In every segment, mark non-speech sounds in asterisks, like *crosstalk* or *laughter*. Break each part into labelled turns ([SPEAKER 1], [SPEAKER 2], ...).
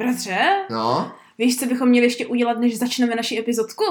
[SPEAKER 1] Bratře,
[SPEAKER 2] No,
[SPEAKER 1] víš, co bychom měli ještě udělat, než začneme naši epizodku?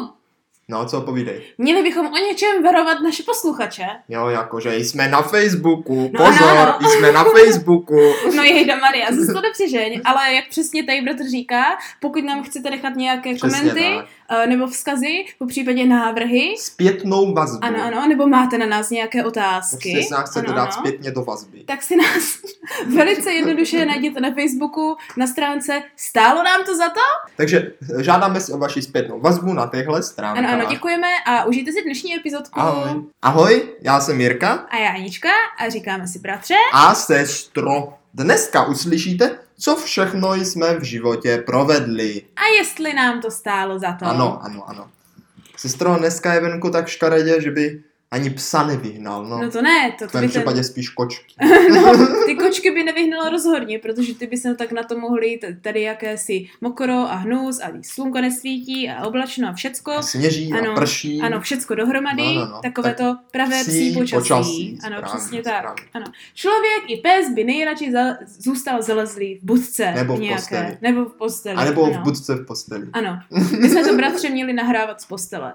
[SPEAKER 2] no co povídej.
[SPEAKER 1] Měli bychom o něčem verovat naše posluchače.
[SPEAKER 2] Jo, jakože jsme na Facebooku,
[SPEAKER 1] No,
[SPEAKER 2] pozor,
[SPEAKER 1] ano.
[SPEAKER 2] jsme na Facebooku.
[SPEAKER 1] No jejda
[SPEAKER 2] *laughs*
[SPEAKER 1] Maria, zase to nepřežeň, ale jak přesně tady bratr říká, pokud nám chcete nechat nějaké
[SPEAKER 2] Přesně
[SPEAKER 1] komenty
[SPEAKER 2] tak.
[SPEAKER 1] eh, nebo vzkazy, po případě návrhy,
[SPEAKER 2] Zpětnou vazbu.
[SPEAKER 1] ano, ano, nebo máte na nás nějaké
[SPEAKER 2] Jestli
[SPEAKER 1] otázky,
[SPEAKER 2] se nás chcete
[SPEAKER 1] ano,
[SPEAKER 2] dát
[SPEAKER 1] ano,
[SPEAKER 2] zpětně do vazby.
[SPEAKER 1] tak si nás *laughs* velice jednoduše najděte na Facebooku, na stránce Stálo nám to za to?
[SPEAKER 2] Takže eh, žádáme si o vaši zpětnou vazbu na těchto
[SPEAKER 1] Ano,
[SPEAKER 2] stránkách.
[SPEAKER 1] ano, děkujeme a užijte si dnešní epizodku.
[SPEAKER 2] Ahoj. Ahoj, já jsem Jirka
[SPEAKER 1] A já Anička a říkáme si bratře.
[SPEAKER 2] a sestro. Dneska uslyšíte, co všechno jsme v životě provedli.
[SPEAKER 1] A jestli nám to stálo za to.
[SPEAKER 2] Ano, ano, ano. Sestro, dneska je venku tak škaredě, že by ani psa nevyhnal, no.
[SPEAKER 1] No to ne, to,
[SPEAKER 2] v
[SPEAKER 1] to by
[SPEAKER 2] tom
[SPEAKER 1] ten... *laughs* no,
[SPEAKER 2] případě spíš kočky. *laughs*
[SPEAKER 1] Ty kočky by nevyhnalo rozhodně, protože ty by se tak na to mohly jít tady jakési mokro a hnus a slunko nesvítí a oblačno a všecko.
[SPEAKER 2] A sněží
[SPEAKER 1] Ano,
[SPEAKER 2] a prší.
[SPEAKER 1] Ano, všecko dohromady,
[SPEAKER 2] No, no, no.
[SPEAKER 1] takové
[SPEAKER 2] Tak
[SPEAKER 1] to pravé
[SPEAKER 2] psí
[SPEAKER 1] psí počasí.
[SPEAKER 2] počasí,
[SPEAKER 1] ano,
[SPEAKER 2] správně,
[SPEAKER 1] přesně tak.
[SPEAKER 2] správně.
[SPEAKER 1] Ano. Člověk i pes by nejradši za, zůstal zalezlý v budce
[SPEAKER 2] Nebo v
[SPEAKER 1] nějaké.
[SPEAKER 2] posteli.
[SPEAKER 1] Nebo v posteli.
[SPEAKER 2] A nebo v
[SPEAKER 1] ano.
[SPEAKER 2] budce
[SPEAKER 1] *laughs*
[SPEAKER 2] v posteli. *laughs*
[SPEAKER 1] Ano, my jsme to bratře měli nahrávat z postele.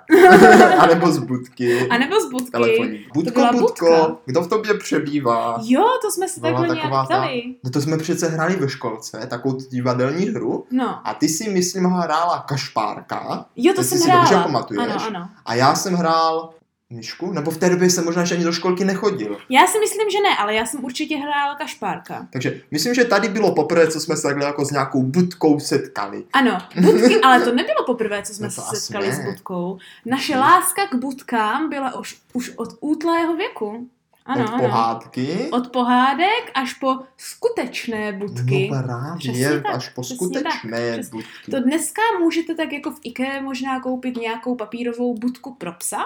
[SPEAKER 2] a nebo z budky.
[SPEAKER 1] A nebo z budky.
[SPEAKER 2] Telefonní. Budko,
[SPEAKER 1] byla budka.
[SPEAKER 2] budko, kdo v tobě přebývá?
[SPEAKER 1] Jo, to jsme se
[SPEAKER 2] Byla
[SPEAKER 1] takhle nějak
[SPEAKER 2] taková ta-
[SPEAKER 1] ptali.
[SPEAKER 2] No to jsme přece hráli ve školce, takovou tu divadelní hru.
[SPEAKER 1] No,
[SPEAKER 2] A ty si, myslím, hrála kašpárka.
[SPEAKER 1] jo, to
[SPEAKER 2] Jestli
[SPEAKER 1] jsem
[SPEAKER 2] si
[SPEAKER 1] hrála.
[SPEAKER 2] dobře pamatuješ.
[SPEAKER 1] Ano, ano.
[SPEAKER 2] A já jsem hrál myšku, nebo v té době jsem možná ještě ani do školky nechodil.
[SPEAKER 1] Já si myslím, že ne, ale já jsem určitě hrála kašpárka.
[SPEAKER 2] Takže myslím, že tady bylo poprvé, co jsme se takhle jako s nějakou budkou setkali.
[SPEAKER 1] Ano,
[SPEAKER 2] *laughs*
[SPEAKER 1] budky, ale to nebylo poprvé, co jsme
[SPEAKER 2] No
[SPEAKER 1] se
[SPEAKER 2] to asi
[SPEAKER 1] setkali
[SPEAKER 2] ne.
[SPEAKER 1] s budkou. Naše láska k budkám byla už, už od útlého věku. Ano,
[SPEAKER 2] Od
[SPEAKER 1] ano.
[SPEAKER 2] pohádky.
[SPEAKER 1] Od pohádek až po skutečné budky.
[SPEAKER 2] No právě,
[SPEAKER 1] Přesně tak,
[SPEAKER 2] až po
[SPEAKER 1] přesně
[SPEAKER 2] skutečné
[SPEAKER 1] tak, přes-
[SPEAKER 2] budky.
[SPEAKER 1] To dneska můžete tak jako v IKEA možná koupit nějakou papírovou budku pro psa,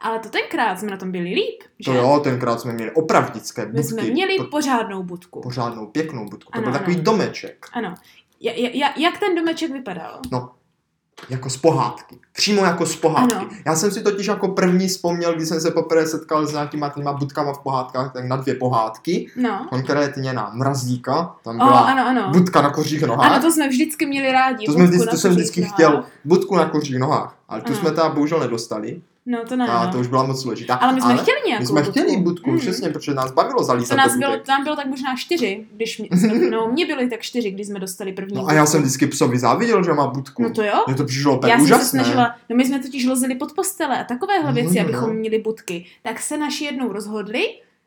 [SPEAKER 1] ale to tenkrát jsme na tom byli líp, že?
[SPEAKER 2] To jo, tenkrát jsme měli opravdické budky.
[SPEAKER 1] My jsme měli
[SPEAKER 2] po,
[SPEAKER 1] pořádnou budku.
[SPEAKER 2] pořádnou pěknou budku.
[SPEAKER 1] Ano,
[SPEAKER 2] to byl
[SPEAKER 1] ano.
[SPEAKER 2] takový domeček,
[SPEAKER 1] Ano. Ja, ja, ja, jak ten domeček vypadal?
[SPEAKER 2] jako z pohádky. Přímo jako z pohádky.
[SPEAKER 1] Ano.
[SPEAKER 2] Já jsem si totiž jako první vzpomněl, když jsem se poprvé setkal s nějakýma týma budkama v pohádkách, tak na dvě pohádky.
[SPEAKER 1] No.
[SPEAKER 2] Konkrétně na mrazíka, tam
[SPEAKER 1] O,
[SPEAKER 2] byla
[SPEAKER 1] ano, ano.
[SPEAKER 2] budka na kořích nohách.
[SPEAKER 1] Ano, to jsme vždycky měli rádi.
[SPEAKER 2] to, jsme
[SPEAKER 1] budku
[SPEAKER 2] vždycky,
[SPEAKER 1] na
[SPEAKER 2] to jsem
[SPEAKER 1] kožích
[SPEAKER 2] vždycky
[SPEAKER 1] nohách.
[SPEAKER 2] chtěl, budku na kořích nohách, ale tu
[SPEAKER 1] Ano.
[SPEAKER 2] jsme teda bohužel nedostali,
[SPEAKER 1] No, to ne.
[SPEAKER 2] a
[SPEAKER 1] no.
[SPEAKER 2] to už byla moc složitá.
[SPEAKER 1] Ale my jsme
[SPEAKER 2] ale
[SPEAKER 1] chtěli nějakou
[SPEAKER 2] my jsme chtěli budku,
[SPEAKER 1] Mm.
[SPEAKER 2] přesně, protože nás bavilo
[SPEAKER 1] To
[SPEAKER 2] zalízat do
[SPEAKER 1] nás
[SPEAKER 2] budek.
[SPEAKER 1] bylo, tam bylo tak možná čtyři, když mě,
[SPEAKER 2] *laughs*
[SPEAKER 1] no, mě byly tak čtyři, když jsme dostali první.
[SPEAKER 2] No a já
[SPEAKER 1] budku.
[SPEAKER 2] jsem vždycky psovi záviděl, že má budku.
[SPEAKER 1] No to jo.
[SPEAKER 2] Mně to přišlo
[SPEAKER 1] Já
[SPEAKER 2] úplně
[SPEAKER 1] jsem se
[SPEAKER 2] úžasné.
[SPEAKER 1] snažila, no my jsme totiž lozili pod postele a takovéhle
[SPEAKER 2] No,
[SPEAKER 1] věci,
[SPEAKER 2] no, no.
[SPEAKER 1] abychom měli budky. Tak se naši jednou rozhodli,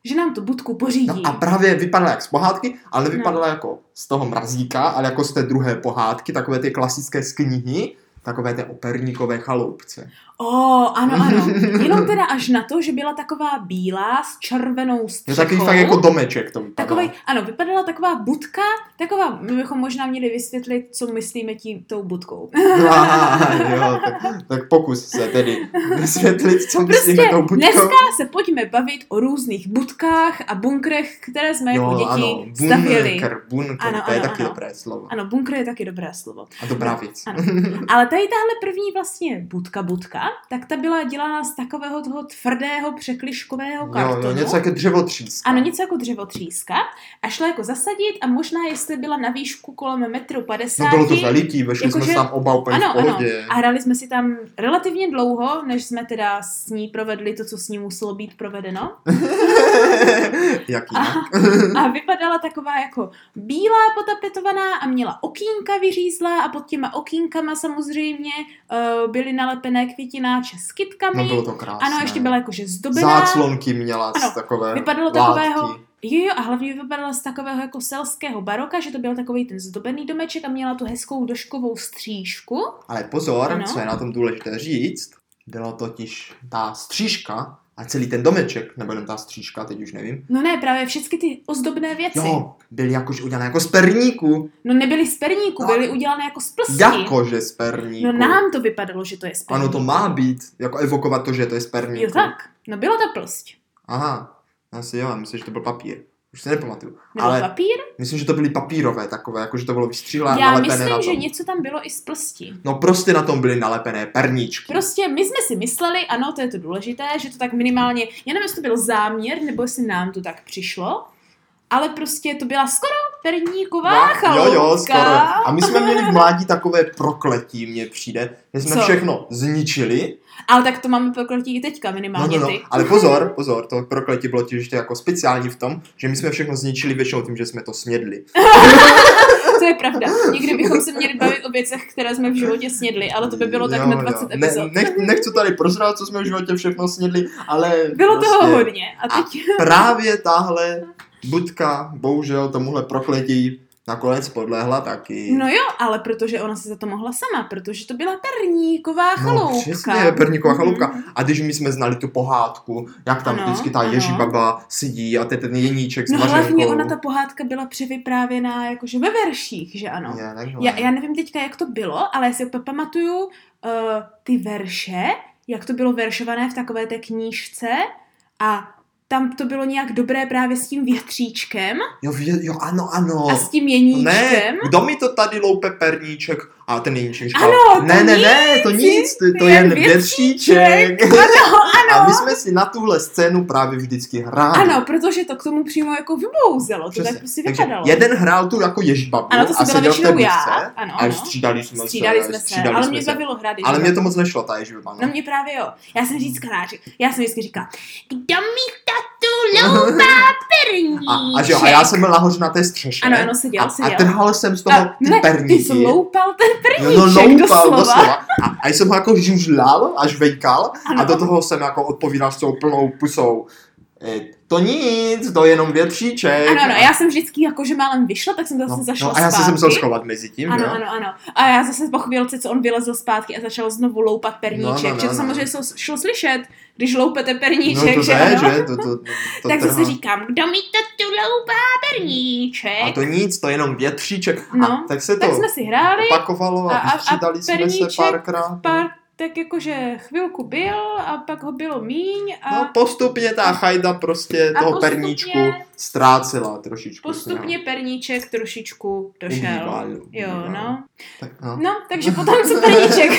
[SPEAKER 1] že nám tu budku
[SPEAKER 2] No
[SPEAKER 1] pořídí.
[SPEAKER 2] a právě vypadala jak z pohádky, ale nevypadala
[SPEAKER 1] No.
[SPEAKER 2] jako z toho mrazíka, ale jako z té druhé pohádky, takové ty klasické z knihy, takové té operníkové chaloupce.
[SPEAKER 1] O, ano,
[SPEAKER 2] *laughs*
[SPEAKER 1] ano. Jenom teda až na to, že byla taková bílá s červenou
[SPEAKER 2] No
[SPEAKER 1] střechou.
[SPEAKER 2] takový fakt jako domeček to vypadalo.
[SPEAKER 1] Takovej, ano, vypadala taková budka, taková, my bychom možná měli vysvětlit, co myslíme tím, tou budkou. *laughs*
[SPEAKER 2] Ah, jo, tak, tak pokus se tedy vysvětlit, co
[SPEAKER 1] Prostě
[SPEAKER 2] myslíme tou budkou.
[SPEAKER 1] dneska se pojďme bavit o různých budkách a bunkrech, které jsme jako děti
[SPEAKER 2] ano,
[SPEAKER 1] stavěli.
[SPEAKER 2] bunker, bunker,
[SPEAKER 1] Ano,
[SPEAKER 2] to je
[SPEAKER 1] ano,
[SPEAKER 2] taky
[SPEAKER 1] ano.
[SPEAKER 2] dobré slovo.
[SPEAKER 1] Ano, bunkr je taky dobré slovo.
[SPEAKER 2] A dobrá věc.
[SPEAKER 1] Ano. Ale tady tahle první vlastně budka budka, tak ta byla dělána z takového toho tvrdého překliškového
[SPEAKER 2] Jo,
[SPEAKER 1] kartonu.
[SPEAKER 2] jo, něco jako dřevotříska.
[SPEAKER 1] Ano, no. něco jako dřevotříska a šla jako zasadit a možná jestli byla na výšku kolem metru 50.
[SPEAKER 2] No bylo to veliký, vešli
[SPEAKER 1] Jakože-
[SPEAKER 2] jsme se tam oba úplně v
[SPEAKER 1] jako Ano, ano.
[SPEAKER 2] pohodě.
[SPEAKER 1] A hráli jsme si tam relativně dlouho, než jsme teda s ní provedli to, co s ní muselo být provedeno.
[SPEAKER 2] *laughs* Jak
[SPEAKER 1] A,
[SPEAKER 2] jinak?
[SPEAKER 1] a vypadala taková jako bílá potapetovaná a měla okýnka vyřízlá a pod těma okýnkama samozřejmě uh, byly nalepené květináče s kytkami.
[SPEAKER 2] No bylo to krásné.
[SPEAKER 1] ano, ještě byla jakože zdobená.
[SPEAKER 2] Záclonky měla
[SPEAKER 1] Ano,
[SPEAKER 2] z takové
[SPEAKER 1] vypadalo
[SPEAKER 2] látky.
[SPEAKER 1] takového- Jo, jo, a hlavně vypadala z takového jako selského baroka, že to byl takový ten zdobený domeček a měla tu hezkou doškovou střížku.
[SPEAKER 2] Ale pozor,
[SPEAKER 1] Ano.
[SPEAKER 2] co je na tom důležité říct, bylo totiž ta střížka a celý ten domeček, nebo jenom ta střížka, teď už nevím,
[SPEAKER 1] No ne, právě všechny ty ozdobné věci.
[SPEAKER 2] jo, byly jakož udělané jako z perníku.
[SPEAKER 1] No nebyly z perníku,
[SPEAKER 2] No.
[SPEAKER 1] byly udělané jako z plstí.
[SPEAKER 2] Jakože z perníku.
[SPEAKER 1] No nám to vypadalo, že to je z perníku.
[SPEAKER 2] Ano, to jako- má být, jako evokovat to, že to je z perníku.
[SPEAKER 1] Jo tak, no bylo to plst.
[SPEAKER 2] Aha, asi jo, já myslím, že to byl papír. Už se nepamatuju.
[SPEAKER 1] Nebo
[SPEAKER 2] Ale-
[SPEAKER 1] Ale... papír?
[SPEAKER 2] Myslím, že to byly papírové takové, jako že to bylo vystříhlé
[SPEAKER 1] Já
[SPEAKER 2] nalepené na
[SPEAKER 1] myslím,
[SPEAKER 2] tom.
[SPEAKER 1] že něco tam bylo i z plstí.
[SPEAKER 2] No prostě na tom byly nalepené perníčky.
[SPEAKER 1] Prostě my jsme si mysleli, ano, to je to důležité, že to tak minimálně, já nevím, jestli to byl záměr, nebo jestli nám to tak přišlo, ale prostě to byla skoro Perníková
[SPEAKER 2] No, jo,
[SPEAKER 1] chaloupka.
[SPEAKER 2] jo, skoro. A my jsme měli v mládí takové prokletí, mně přijde, že jsme
[SPEAKER 1] Co?
[SPEAKER 2] všechno zničili.
[SPEAKER 1] Ale tak to máme prokletí i teďka
[SPEAKER 2] No,
[SPEAKER 1] minimálně
[SPEAKER 2] no, no,
[SPEAKER 1] ty.
[SPEAKER 2] ale pozor,
[SPEAKER 1] *laughs*
[SPEAKER 2] pozor, to prokletí bylo těžké jako speciální v tom, že my jsme všechno zničili většinou tím, že jsme to snědli.
[SPEAKER 1] To je pravda. Někdy bychom se měli bavit o věcech, které jsme v životě snědli, ale to by bylo tak
[SPEAKER 2] Jo,
[SPEAKER 1] na
[SPEAKER 2] jo.
[SPEAKER 1] 20
[SPEAKER 2] ne,
[SPEAKER 1] epizod.
[SPEAKER 2] nech, Nechci tady prozrát, co jsme v životě všechno snědli, ale...
[SPEAKER 1] Bylo toho
[SPEAKER 2] prostě-
[SPEAKER 1] hodně. A teď
[SPEAKER 2] právě tahle budka, bohužel tomuhle prokletí, nakonec podlehla taky.
[SPEAKER 1] No jo, ale protože ona se za to mohla sama, protože to byla perníková
[SPEAKER 2] No,
[SPEAKER 1] chaloupka.
[SPEAKER 2] přesně, perníková chaloupka.
[SPEAKER 1] Mhm.
[SPEAKER 2] A když my jsme znali tu pohádku, jak tam
[SPEAKER 1] Ano,
[SPEAKER 2] vždycky ta
[SPEAKER 1] ano.
[SPEAKER 2] Ježibaba sedí a to je ten jeníček
[SPEAKER 1] No
[SPEAKER 2] s vařenkou.
[SPEAKER 1] hlavně ona ta pohádka byla převyprávěná jakože ve verších, že ano.
[SPEAKER 2] Je, takhle.
[SPEAKER 1] Já, já nevím teďka, jak to bylo, ale já si opět pamatuju uh, ty verše, jak to bylo veršované v takové té knížce a tam to bylo nějak dobré právě s tím větříčkem
[SPEAKER 2] Jo, vě- jo, ano, ano.
[SPEAKER 1] a s tím
[SPEAKER 2] To
[SPEAKER 1] jeníčkem.
[SPEAKER 2] ne, kdo mi to tady loupe perníček? A ten jeníček říkal,
[SPEAKER 1] Ano, to
[SPEAKER 2] ne, ne, ne, to nic, to, to je jen větříček.
[SPEAKER 1] No, *laughs* Ano,
[SPEAKER 2] A my jsme si na tuhle scénu právě vždycky hráli.
[SPEAKER 1] ano, protože to k tomu přímo jako vybouzelo, to tak
[SPEAKER 2] Přesně.
[SPEAKER 1] prostě
[SPEAKER 2] Takže
[SPEAKER 1] vypadalo.
[SPEAKER 2] jeden hrál tu jako ježbabu
[SPEAKER 1] Ano, to
[SPEAKER 2] a
[SPEAKER 1] jsem byla
[SPEAKER 2] seděl v té
[SPEAKER 1] většinou
[SPEAKER 2] budce
[SPEAKER 1] já. Ano,
[SPEAKER 2] a
[SPEAKER 1] ano.
[SPEAKER 2] střídali jsme
[SPEAKER 1] Střídali
[SPEAKER 2] se.
[SPEAKER 1] jsme se,
[SPEAKER 2] střídali
[SPEAKER 1] ale
[SPEAKER 2] jsme
[SPEAKER 1] mě
[SPEAKER 2] se.
[SPEAKER 1] bavilo hrát.
[SPEAKER 2] Ale
[SPEAKER 1] že
[SPEAKER 2] mě
[SPEAKER 1] jo.
[SPEAKER 2] to moc nešlo, ta ježbaba.
[SPEAKER 1] No
[SPEAKER 2] No.
[SPEAKER 1] mě právě jo. Já jsem říkala, že já jsem vždycky říkala, kdo mi tatu
[SPEAKER 2] *laughs*
[SPEAKER 1] loupá perníček?
[SPEAKER 2] A, a, že jo, a já jsem byl nahoře na té střeše.
[SPEAKER 1] Ano, ano, seděl,
[SPEAKER 2] a,
[SPEAKER 1] seděl.
[SPEAKER 2] a trhal jsem z toho
[SPEAKER 1] A-
[SPEAKER 2] ty
[SPEAKER 1] No, ne, Ty
[SPEAKER 2] perníky.
[SPEAKER 1] zloupal ten
[SPEAKER 2] No,
[SPEAKER 1] perníček
[SPEAKER 2] no,
[SPEAKER 1] no,
[SPEAKER 2] loupal
[SPEAKER 1] doslova.
[SPEAKER 2] doslova. A, a jsem ho jako žužlal, až vejkal. A
[SPEAKER 1] Ano.
[SPEAKER 2] do toho jsem jako odpovídal s tou plnou pusou. E, to nic, to je jenom větříček.
[SPEAKER 1] Ano, ano, já jsem vždycky jako, že málem vyšla, tak jsem zase
[SPEAKER 2] no,
[SPEAKER 1] zašla
[SPEAKER 2] no, a já jsem
[SPEAKER 1] zpátky.
[SPEAKER 2] se musel schovat mezi tím, jo?
[SPEAKER 1] Ano, ano, ano. A já zase po chvílce, co on vylezl zpátky a začal znovu loupat perníček.
[SPEAKER 2] No, no, no,
[SPEAKER 1] že to
[SPEAKER 2] no.
[SPEAKER 1] samozřejmě šlo- šlo slyšet, když loupete perníček,
[SPEAKER 2] No to
[SPEAKER 1] že
[SPEAKER 2] ne,
[SPEAKER 1] ano?
[SPEAKER 2] že? To, to, to, to
[SPEAKER 1] tak
[SPEAKER 2] trhá.
[SPEAKER 1] zase říkám, kdo mi tatu loupá perníček?
[SPEAKER 2] A to nic, to je jenom větříček.
[SPEAKER 1] No,
[SPEAKER 2] a, tak se to
[SPEAKER 1] tak jsme si hráli,
[SPEAKER 2] opakovalo a,
[SPEAKER 1] a- a- a
[SPEAKER 2] vystřídali jsme se
[SPEAKER 1] perníček
[SPEAKER 2] párkrát.
[SPEAKER 1] pár tak jakože chvilku byl a pak ho bylo míň a
[SPEAKER 2] No postupně ta chajda prostě
[SPEAKER 1] A
[SPEAKER 2] toho
[SPEAKER 1] postupně-
[SPEAKER 2] perníčku ztrácela trošičku.
[SPEAKER 1] postupně perníček trošičku
[SPEAKER 2] s něho.
[SPEAKER 1] došel.
[SPEAKER 2] Ubýval,
[SPEAKER 1] Jo,
[SPEAKER 2] ubýval.
[SPEAKER 1] no.
[SPEAKER 2] Tak, no.
[SPEAKER 1] No, takže potom, co perníček,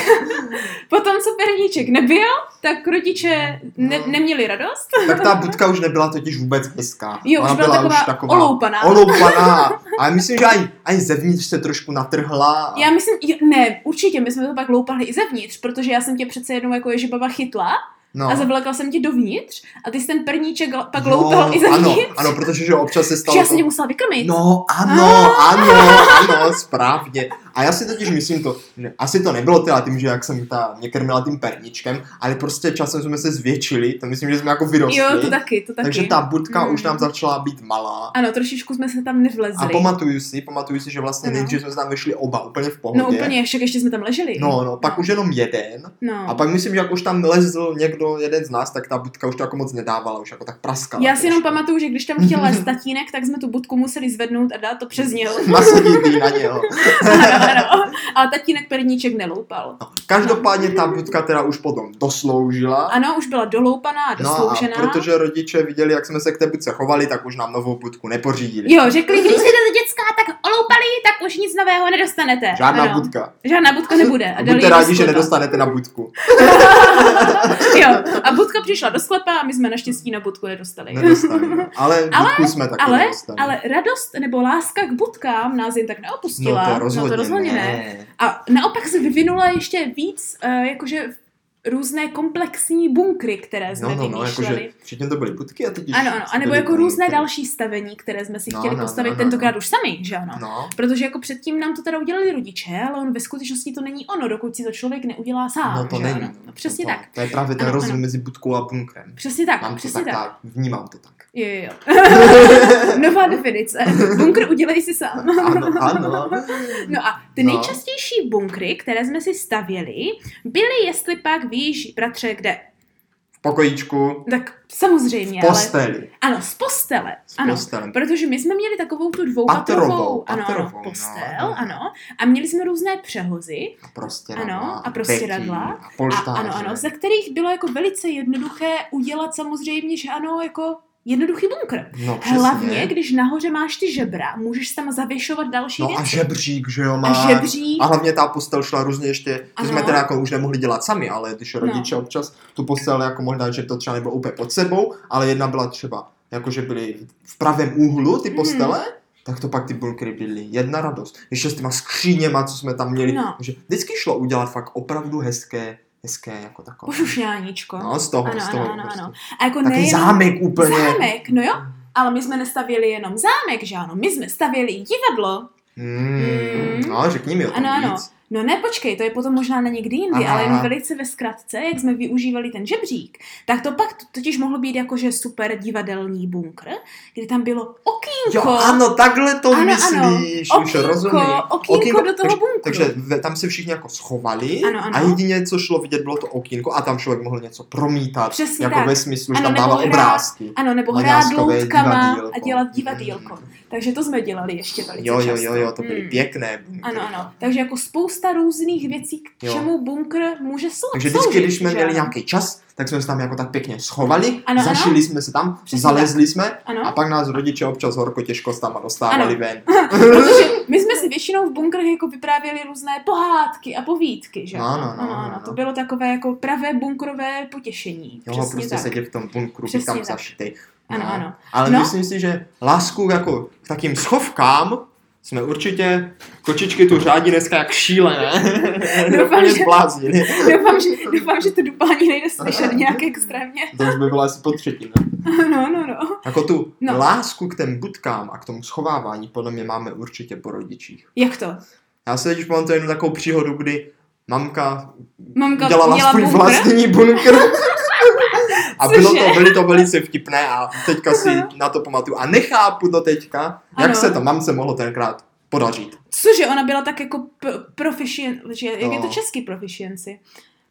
[SPEAKER 1] *laughs* potom, co perníček nebyl, tak rodiče ne,
[SPEAKER 2] No.
[SPEAKER 1] neměli radost.
[SPEAKER 2] tak ta budka už nebyla totiž vůbec hezká.
[SPEAKER 1] Jo, už byla taková, oloupaná.
[SPEAKER 2] Oloupaná. A myslím, že ani, ani zevnitř se trošku natrhla. A...
[SPEAKER 1] Já myslím, jo, ne, určitě, my jsme to pak loupali i zevnitř, protože já jsem tě přece jednou jako ježibaba chytla
[SPEAKER 2] no.
[SPEAKER 1] a zavlekla jsem tě dovnitř a ty jsi ten perníček la- pak
[SPEAKER 2] Jo,
[SPEAKER 1] loupal i
[SPEAKER 2] No, Ano,
[SPEAKER 1] zevnitř.
[SPEAKER 2] ano, protože že občas se stalo
[SPEAKER 1] Že já jsem
[SPEAKER 2] to-
[SPEAKER 1] tě musela vykrmit.
[SPEAKER 2] No, ano, ano, ano, správně. A já si totiž myslím to, že asi to nebylo teda tím, že jak jsem ta, mě krmila tím perničkem, ale prostě časem jsme se zvětšili, to myslím, že jsme jako vyrostli.
[SPEAKER 1] jo, to taky, to taky.
[SPEAKER 2] Takže ta budka
[SPEAKER 1] Mm.
[SPEAKER 2] už nám začala být malá.
[SPEAKER 1] Ano, trošičku jsme se tam nevlezli.
[SPEAKER 2] A pamatuju si, pamatuju si, že vlastně
[SPEAKER 1] No.
[SPEAKER 2] nejdřív jsme se tam vyšli oba úplně v pohodě.
[SPEAKER 1] No úplně, však ještě jsme tam leželi.
[SPEAKER 2] No, no, pak už jenom jeden.
[SPEAKER 1] no.
[SPEAKER 2] A pak myslím, že jak už tam lezl někdo, jeden z nás, tak ta budka už to jako moc nedávala, už jako tak praskala.
[SPEAKER 1] Já si jenom
[SPEAKER 2] trošku.
[SPEAKER 1] pamatuju, že když tam chtěl lézt
[SPEAKER 2] *laughs*
[SPEAKER 1] tatínek, tak jsme tu budku museli zvednout a dát to přes něho. *laughs*
[SPEAKER 2] Nasadit jí na něho.
[SPEAKER 1] ano, ano. A tatínek perníček neloupal.
[SPEAKER 2] No. Každopádně ta budka teda už potom dosloužila.
[SPEAKER 1] Ano, už byla doloupaná a
[SPEAKER 2] No a
[SPEAKER 1] dosloužená.
[SPEAKER 2] protože rodiče viděli, jak jsme se k té budce chovali, tak už nám novou budku nepořídili.
[SPEAKER 1] Jo, řekli, když jdete dětská, tak oloupali, tak už nic nového nedostanete.
[SPEAKER 2] Žádná
[SPEAKER 1] ano.
[SPEAKER 2] budka.
[SPEAKER 1] Žádná budka nebude. A dali
[SPEAKER 2] Buďte
[SPEAKER 1] jí do
[SPEAKER 2] rádi, že
[SPEAKER 1] sklepa.
[SPEAKER 2] nedostanete na budku.
[SPEAKER 1] jo, a budka přišla do sklepa a my jsme naštěstí na budku nedostali.
[SPEAKER 2] Nedostali. no.
[SPEAKER 1] *laughs*
[SPEAKER 2] Ale
[SPEAKER 1] Ale-
[SPEAKER 2] budku jsme taky nedostali.
[SPEAKER 1] Ale radost nebo láska k budkám nás jen tak neopustila.
[SPEAKER 2] no to rozhodně,
[SPEAKER 1] no to rozhodně ne. A naopak se vyvinula ještě víc, uh, jakože různé komplexní bunkry, které jsme
[SPEAKER 2] No, no, no,
[SPEAKER 1] vymýšleli.
[SPEAKER 2] jakože předtím to byly budky a teď již
[SPEAKER 1] ano, ano,
[SPEAKER 2] byly
[SPEAKER 1] anebo jako
[SPEAKER 2] ty-
[SPEAKER 1] různé
[SPEAKER 2] ty-
[SPEAKER 1] další stavení, které jsme si
[SPEAKER 2] No,
[SPEAKER 1] chtěli
[SPEAKER 2] no,
[SPEAKER 1] postavit
[SPEAKER 2] no, no,
[SPEAKER 1] tentokrát
[SPEAKER 2] no.
[SPEAKER 1] už sami, že ano?
[SPEAKER 2] No,
[SPEAKER 1] Protože jako předtím nám to teda udělali rodiče, ale on ve skutečnosti to není ono, dokud si to člověk neudělá sám.
[SPEAKER 2] no to
[SPEAKER 1] že
[SPEAKER 2] není.
[SPEAKER 1] Ano? No, přesně
[SPEAKER 2] to,
[SPEAKER 1] tak.
[SPEAKER 2] To je právě ten
[SPEAKER 1] Ano,
[SPEAKER 2] rozdíl
[SPEAKER 1] ano.
[SPEAKER 2] mezi budkou a bunkrem.
[SPEAKER 1] Přesně tak,
[SPEAKER 2] Mám to
[SPEAKER 1] přesně
[SPEAKER 2] tak,
[SPEAKER 1] tak.
[SPEAKER 2] tak, vnímám to
[SPEAKER 1] *laughs*
[SPEAKER 2] tak.
[SPEAKER 1] Jo, jo, jo. Nová definice. Bunkr udělej si sám.
[SPEAKER 2] Ano, ano.
[SPEAKER 1] *laughs* No a ty
[SPEAKER 2] No.
[SPEAKER 1] no. nejčastější bunkry, které jsme si stavěli, byly jestli pak víš, bratře, kde?
[SPEAKER 2] V pokojíčku,
[SPEAKER 1] Tak samozřejmě, ale...
[SPEAKER 2] posteli.
[SPEAKER 1] Ano, z postele.
[SPEAKER 2] S
[SPEAKER 1] Ano.
[SPEAKER 2] postelem.
[SPEAKER 1] Protože my jsme měli takovou tu dvoupatrovou
[SPEAKER 2] Patrovou,
[SPEAKER 1] ano,
[SPEAKER 2] patrovou,
[SPEAKER 1] ano,
[SPEAKER 2] no,
[SPEAKER 1] postel,
[SPEAKER 2] ano.
[SPEAKER 1] ano, a měli jsme různé přehozy,
[SPEAKER 2] A prostě
[SPEAKER 1] Ano, a prostěradla.
[SPEAKER 2] A
[SPEAKER 1] a,
[SPEAKER 2] polštáře.
[SPEAKER 1] ano, ano, ze kterých bylo jako velice jednoduché udělat samozřejmě, že ano, jako jednoduchý bunkr.
[SPEAKER 2] No, přesně.
[SPEAKER 1] Hlavně, když nahoře máš ty žebra, můžeš tam zavěšovat další
[SPEAKER 2] No
[SPEAKER 1] věci.
[SPEAKER 2] a žebřík, že jo,
[SPEAKER 1] a
[SPEAKER 2] má.
[SPEAKER 1] žebří,
[SPEAKER 2] A hlavně ta postel šla různě ještě, to
[SPEAKER 1] Ano. No.
[SPEAKER 2] jsme teda jako už nemohli dělat sami, ale když rodiče občas tu postel jako možná, že to třeba nebylo jako úplně pod sebou, ale jedna byla třeba, jakože byly v pravém úhlu ty
[SPEAKER 1] Mhm.
[SPEAKER 2] postele tak to pak ty bunkery byly jedna radost. Ještě s těma skříněma, co jsme tam měli.
[SPEAKER 1] No.
[SPEAKER 2] Takže vždycky šlo udělat fakt opravdu hezké, hezké jako takové.
[SPEAKER 1] Pošušňáníčko.
[SPEAKER 2] No, z toho,
[SPEAKER 1] ano,
[SPEAKER 2] z toho.
[SPEAKER 1] ano, ano,
[SPEAKER 2] prostě.
[SPEAKER 1] ano. A jako
[SPEAKER 2] Taky
[SPEAKER 1] nejenom...
[SPEAKER 2] zámek úplně.
[SPEAKER 1] Zámek, no jo. Ale my jsme nestavili jenom zámek, že ano? My jsme stavili divadlo.
[SPEAKER 2] Hmm.
[SPEAKER 1] Mm.
[SPEAKER 2] No, řekni mi o tom
[SPEAKER 1] Ano, ano.
[SPEAKER 2] víc.
[SPEAKER 1] No ne, počkej, to je potom možná na někdy jindy,
[SPEAKER 2] Aha.
[SPEAKER 1] ale jenom velice ve zkratce, jak jsme využívali ten žebřík, tak to pak t- totiž mohlo být jakože super divadelní bunkr, kdy tam bylo
[SPEAKER 2] Jo,
[SPEAKER 1] okýnko.
[SPEAKER 2] ano, takhle to
[SPEAKER 1] Ano,
[SPEAKER 2] myslíš,
[SPEAKER 1] ano.
[SPEAKER 2] už
[SPEAKER 1] Okýnko,
[SPEAKER 2] rozumím.
[SPEAKER 1] okýnko do toho
[SPEAKER 2] takže,
[SPEAKER 1] bunkru.
[SPEAKER 2] Takže ve- tam se všichni jako schovali
[SPEAKER 1] Ano, ano.
[SPEAKER 2] a jedině, co šlo vidět, bylo to okýnko a tam člověk mohl něco promítat.
[SPEAKER 1] Přesně
[SPEAKER 2] jako
[SPEAKER 1] tak.
[SPEAKER 2] ve smyslu, že
[SPEAKER 1] Ano,
[SPEAKER 2] tam
[SPEAKER 1] nebo
[SPEAKER 2] dával
[SPEAKER 1] hrát-
[SPEAKER 2] obrázky.
[SPEAKER 1] Ano, nebo hrát
[SPEAKER 2] Maďarskové
[SPEAKER 1] loutkama
[SPEAKER 2] divadýlko.
[SPEAKER 1] a dělat divadýlko. Takže to jsme dělali ještě velice
[SPEAKER 2] Jo, jo,
[SPEAKER 1] často.
[SPEAKER 2] jo, jo, to byly
[SPEAKER 1] Hmm.
[SPEAKER 2] pěkné. bunkry.
[SPEAKER 1] Ano, ano. Takže jako spousta různých věcí, k
[SPEAKER 2] Jo.
[SPEAKER 1] čemu bunkr může slou-
[SPEAKER 2] Takže
[SPEAKER 1] sloužit.
[SPEAKER 2] vždycky, když jsme
[SPEAKER 1] že
[SPEAKER 2] měli
[SPEAKER 1] ano?
[SPEAKER 2] nějaký čas, tak jsme se tam jako tak pěkně schovali,
[SPEAKER 1] Ano, ano.
[SPEAKER 2] zašili jsme se tam,
[SPEAKER 1] Přesně
[SPEAKER 2] zalezli jsme
[SPEAKER 1] Ano.
[SPEAKER 2] a pak nás rodiče občas horko těžko s tam dostávali
[SPEAKER 1] Ano.
[SPEAKER 2] ven.
[SPEAKER 1] Protože my jsme si většinou v bunkrech jako vyprávěli různé pohádky a povídky, že?
[SPEAKER 2] No,
[SPEAKER 1] ano?
[SPEAKER 2] no, no,
[SPEAKER 1] ano,
[SPEAKER 2] no,
[SPEAKER 1] ano.
[SPEAKER 2] no.
[SPEAKER 1] To bylo takové jako pravé bunkrové potěšení.
[SPEAKER 2] Jo,
[SPEAKER 1] Přesně
[SPEAKER 2] prostě
[SPEAKER 1] tak.
[SPEAKER 2] sedět v tom bunkru, být
[SPEAKER 1] Přesně
[SPEAKER 2] tam
[SPEAKER 1] tak.
[SPEAKER 2] zašitej.
[SPEAKER 1] Ano,
[SPEAKER 2] No.
[SPEAKER 1] ano.
[SPEAKER 2] Ale
[SPEAKER 1] No.
[SPEAKER 2] myslím si, že lásku jako k takým schovkám jsme určitě, kočičky tu řádí dneska
[SPEAKER 1] *laughs*
[SPEAKER 2] jak šílené.
[SPEAKER 1] Doufám,
[SPEAKER 2] Úplně
[SPEAKER 1] že-
[SPEAKER 2] zbláznili.
[SPEAKER 1] *laughs* Doufám, že, doufám, že to dupání nejde
[SPEAKER 2] *laughs*
[SPEAKER 1] slyšet nějak extrémně. *laughs*
[SPEAKER 2] To už by bylo asi po třetí, ne?
[SPEAKER 1] No, no, no.
[SPEAKER 2] Jako tu
[SPEAKER 1] No.
[SPEAKER 2] lásku k těm budkám a k tomu schovávání podle mě máme určitě po rodičích.
[SPEAKER 1] Jak to?
[SPEAKER 2] Já si teď pamatuju jednu takovou příhodu, kdy mamka
[SPEAKER 1] Mamka
[SPEAKER 2] dělala
[SPEAKER 1] měla
[SPEAKER 2] svůj
[SPEAKER 1] bunkr? *laughs*
[SPEAKER 2] vlastní bunkr. A
[SPEAKER 1] Cože?
[SPEAKER 2] bylo to, byly to velice vtipné a teďka si na to pamatuju. A nechápu do teďka, jak
[SPEAKER 1] Ano.
[SPEAKER 2] se to mamce mohlo tenkrát podařit.
[SPEAKER 1] Cože, ona byla tak jako p- proficient, že, jak je to
[SPEAKER 2] No.
[SPEAKER 1] český proficiency?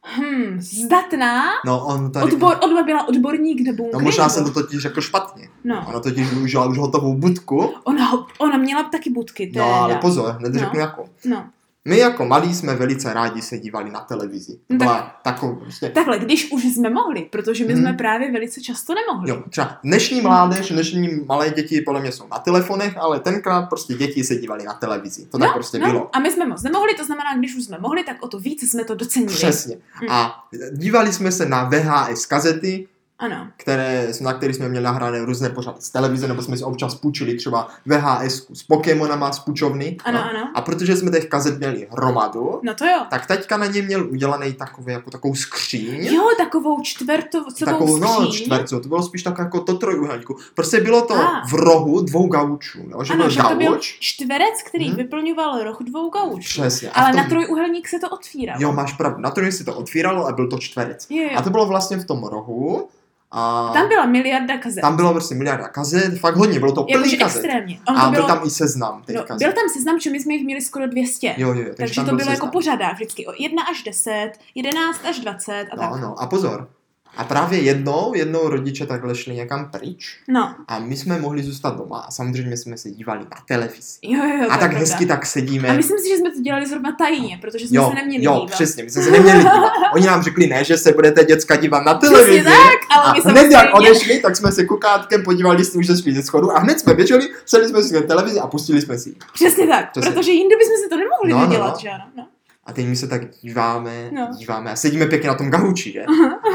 [SPEAKER 1] Hmm, zdatná,
[SPEAKER 2] No, on tady...
[SPEAKER 1] odbor, odba byla odborník do bunkry.
[SPEAKER 2] No možná
[SPEAKER 1] nebo-
[SPEAKER 2] jsem to totiž řekl špatně.
[SPEAKER 1] No,
[SPEAKER 2] Ona totiž využila už hotovou budku.
[SPEAKER 1] ona, ho- ona měla taky budky, teda.
[SPEAKER 2] No ale pozor, hned
[SPEAKER 1] No.
[SPEAKER 2] řeknu jako.
[SPEAKER 1] No.
[SPEAKER 2] My jako malí jsme velice rádi se dívali na televizi. To
[SPEAKER 1] No tak-
[SPEAKER 2] byla takovou prostě...
[SPEAKER 1] Takhle, když už jsme mohli, protože my
[SPEAKER 2] Mhm.
[SPEAKER 1] jsme právě velice často nemohli.
[SPEAKER 2] Jo, třeba dnešní mládež, dnešní malé děti podle mě jsou na telefonech, ale tenkrát prostě děti se dívali na televizi. To tak prostě
[SPEAKER 1] no,
[SPEAKER 2] bylo.
[SPEAKER 1] A my jsme moc nemohli, to znamená, když už jsme mohli, tak o to víc jsme to docenili.
[SPEAKER 2] Přesně.
[SPEAKER 1] Mm.
[SPEAKER 2] A dívali jsme se na VHS kazety,
[SPEAKER 1] Ano.
[SPEAKER 2] které, na které jsme měli nahrané různé pořady z televize, nebo jsme si občas půjčili třeba VHS s Pokémonama z půjčovny.
[SPEAKER 1] Ano,
[SPEAKER 2] no.
[SPEAKER 1] ano.
[SPEAKER 2] A protože jsme těch kazet měli hromadu,
[SPEAKER 1] No to jo.
[SPEAKER 2] tak taťka na ně měl udělaný takový, jako takovou skříň.
[SPEAKER 1] Jo, takovou čtvertovcovou
[SPEAKER 2] takovou no,
[SPEAKER 1] skříň.
[SPEAKER 2] čtvercovou, to bylo spíš tak jako to trojuhelníku. Prostě bylo to
[SPEAKER 1] A.
[SPEAKER 2] v rohu dvou gaučů, jo? že
[SPEAKER 1] Ano,
[SPEAKER 2] byl
[SPEAKER 1] že
[SPEAKER 2] gauč.
[SPEAKER 1] to byl čtverec, který
[SPEAKER 2] Mhm.
[SPEAKER 1] vyplňoval roh dvou gaučů.
[SPEAKER 2] Přesně. a
[SPEAKER 1] Ale
[SPEAKER 2] v
[SPEAKER 1] na trojuhelník se to otvíralo.
[SPEAKER 2] Jo, máš pravdu, na trojuhelník se to otvíralo a byl to čtverec.
[SPEAKER 1] Jo, jo.
[SPEAKER 2] A to bylo vlastně v tom rohu. A...
[SPEAKER 1] Tam byla miliarda kazet.
[SPEAKER 2] Tam bylo prostě miliarda kazet, fakt hodně, bylo to plný
[SPEAKER 1] Jakože
[SPEAKER 2] kazet.
[SPEAKER 1] extrémně. Ono
[SPEAKER 2] A
[SPEAKER 1] to
[SPEAKER 2] byl
[SPEAKER 1] bylo,
[SPEAKER 2] tam i seznam těch
[SPEAKER 1] no,
[SPEAKER 2] kazet.
[SPEAKER 1] byl tam seznam, že my jsme jich měli skoro 200.
[SPEAKER 2] Jo, jo, jo,
[SPEAKER 1] Takže
[SPEAKER 2] tam
[SPEAKER 1] to
[SPEAKER 2] byl
[SPEAKER 1] bylo jako
[SPEAKER 2] seznam.
[SPEAKER 1] pořadák, vždycky od 1 až 10, 11 až 20 a
[SPEAKER 2] No,
[SPEAKER 1] tak.
[SPEAKER 2] no, a pozor. A právě jednou, jednou rodiče takhle šli někam pryč
[SPEAKER 1] No,
[SPEAKER 2] a my jsme mohli zůstat doma a samozřejmě jsme se dívali na televizi.
[SPEAKER 1] jo, jo, jo, to
[SPEAKER 2] A
[SPEAKER 1] je
[SPEAKER 2] tak
[SPEAKER 1] pravda.
[SPEAKER 2] hezky tak sedíme.
[SPEAKER 1] A myslím si, že jsme to dělali zrovna tajně, protože jsme
[SPEAKER 2] jo,
[SPEAKER 1] se neměli
[SPEAKER 2] jo,
[SPEAKER 1] dívat.
[SPEAKER 2] přesně, my jsme se neměli
[SPEAKER 1] *laughs*
[SPEAKER 2] dívat. Oni nám řekli, ne, že se budete děcka dívat na televizi.
[SPEAKER 1] Přesně tak, ale
[SPEAKER 2] A
[SPEAKER 1] my
[SPEAKER 2] hned
[SPEAKER 1] samozřejmě...
[SPEAKER 2] jak odešli, tak jsme se kukátkem podívali, jsme už zešli ze schodu a hned jsme běželi, sedli jsme si na televizi a pustili jsme si. ji.
[SPEAKER 1] Přesně tak,
[SPEAKER 2] Přesně.
[SPEAKER 1] protože jinde bychom si to nemohli
[SPEAKER 2] No, no,
[SPEAKER 1] no, dodělat,
[SPEAKER 2] no.
[SPEAKER 1] že ano? No.
[SPEAKER 2] A teď my se tak díváme,
[SPEAKER 1] No.
[SPEAKER 2] díváme a sedíme pěkně na tom gahuči, že?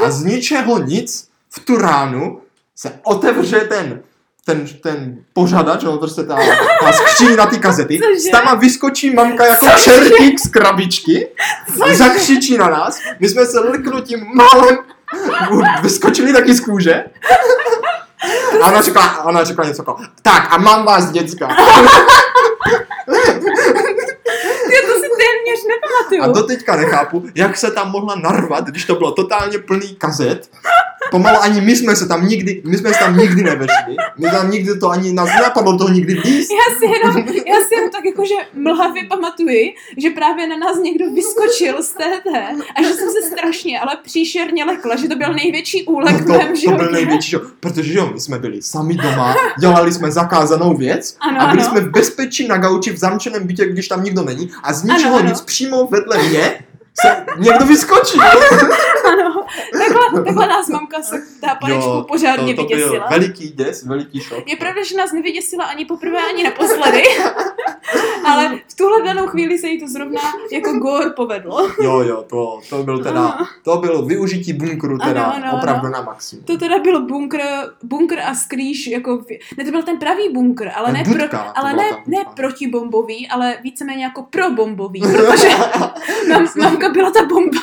[SPEAKER 2] A z ničeho nic v tu ránu se otevře ten ten, ten pořadač, no prostě ta, ta skříň na ty kazety,
[SPEAKER 1] Cože?
[SPEAKER 2] tam vyskočí mamka jako čertík z krabičky,
[SPEAKER 1] Cože?
[SPEAKER 2] zakřičí na nás, my jsme se lknutím málem vyskočili taky z kůže. A ona řekla, a ona řekla něco jako, tak a mám vás děcka.
[SPEAKER 1] Já to si téměř nepamatuju.
[SPEAKER 2] A doteďka nechápu, jak se tam mohla narvat, když to bylo totálně plný kazet. Pomalu ani my jsme se tam nikdy, my jsme se tam nikdy nevešli. My tam nikdy to ani nás nenapadlo toho nikdy líst.
[SPEAKER 1] Já si jenom, já si jenom tak jakože mlhavě pamatuji, že právě na nás někdo vyskočil z té té a že jsem se strašně, ale příšerně lekla, že to byl největší úlek v mém
[SPEAKER 2] No, To, to byl
[SPEAKER 1] životě.
[SPEAKER 2] největší šok, protože jo, my jsme byli sami doma, dělali jsme zakázanou věc
[SPEAKER 1] Ano,
[SPEAKER 2] a byli
[SPEAKER 1] ano.
[SPEAKER 2] jsme v bezpečí na gauči v zamčeném bytě, když tam nikdo není a z
[SPEAKER 1] Ano,
[SPEAKER 2] ničeho
[SPEAKER 1] ano.
[SPEAKER 2] nic přímo vedle mě se někdo vyskočí.
[SPEAKER 1] Ano, takhle, takhle nás mamka se ta panečku pořádně
[SPEAKER 2] to, to byl
[SPEAKER 1] vyděsila.
[SPEAKER 2] veliký děs, veliký šok.
[SPEAKER 1] Je pravda, že nás nevyděsila ani poprvé, ani naposledy, *laughs* ale v tuhle danou chvíli se jí to zrovna jako gor povedlo.
[SPEAKER 2] Jo, jo, to, to byl teda,
[SPEAKER 1] Ano.
[SPEAKER 2] to bylo využití bunkru teda
[SPEAKER 1] Ano, ano,
[SPEAKER 2] opravdu na maximum.
[SPEAKER 1] To teda byl bunkr, bunkr a skrýš, jako, v- ne to byl ten pravý bunkr, ale
[SPEAKER 2] Ten
[SPEAKER 1] ne, pro,
[SPEAKER 2] budka, to
[SPEAKER 1] ale
[SPEAKER 2] byla
[SPEAKER 1] ne,
[SPEAKER 2] ta budka.
[SPEAKER 1] ne
[SPEAKER 2] *laughs*
[SPEAKER 1] protibombový, ale víceméně jako probombový, protože mam, mamka byla ta bomba.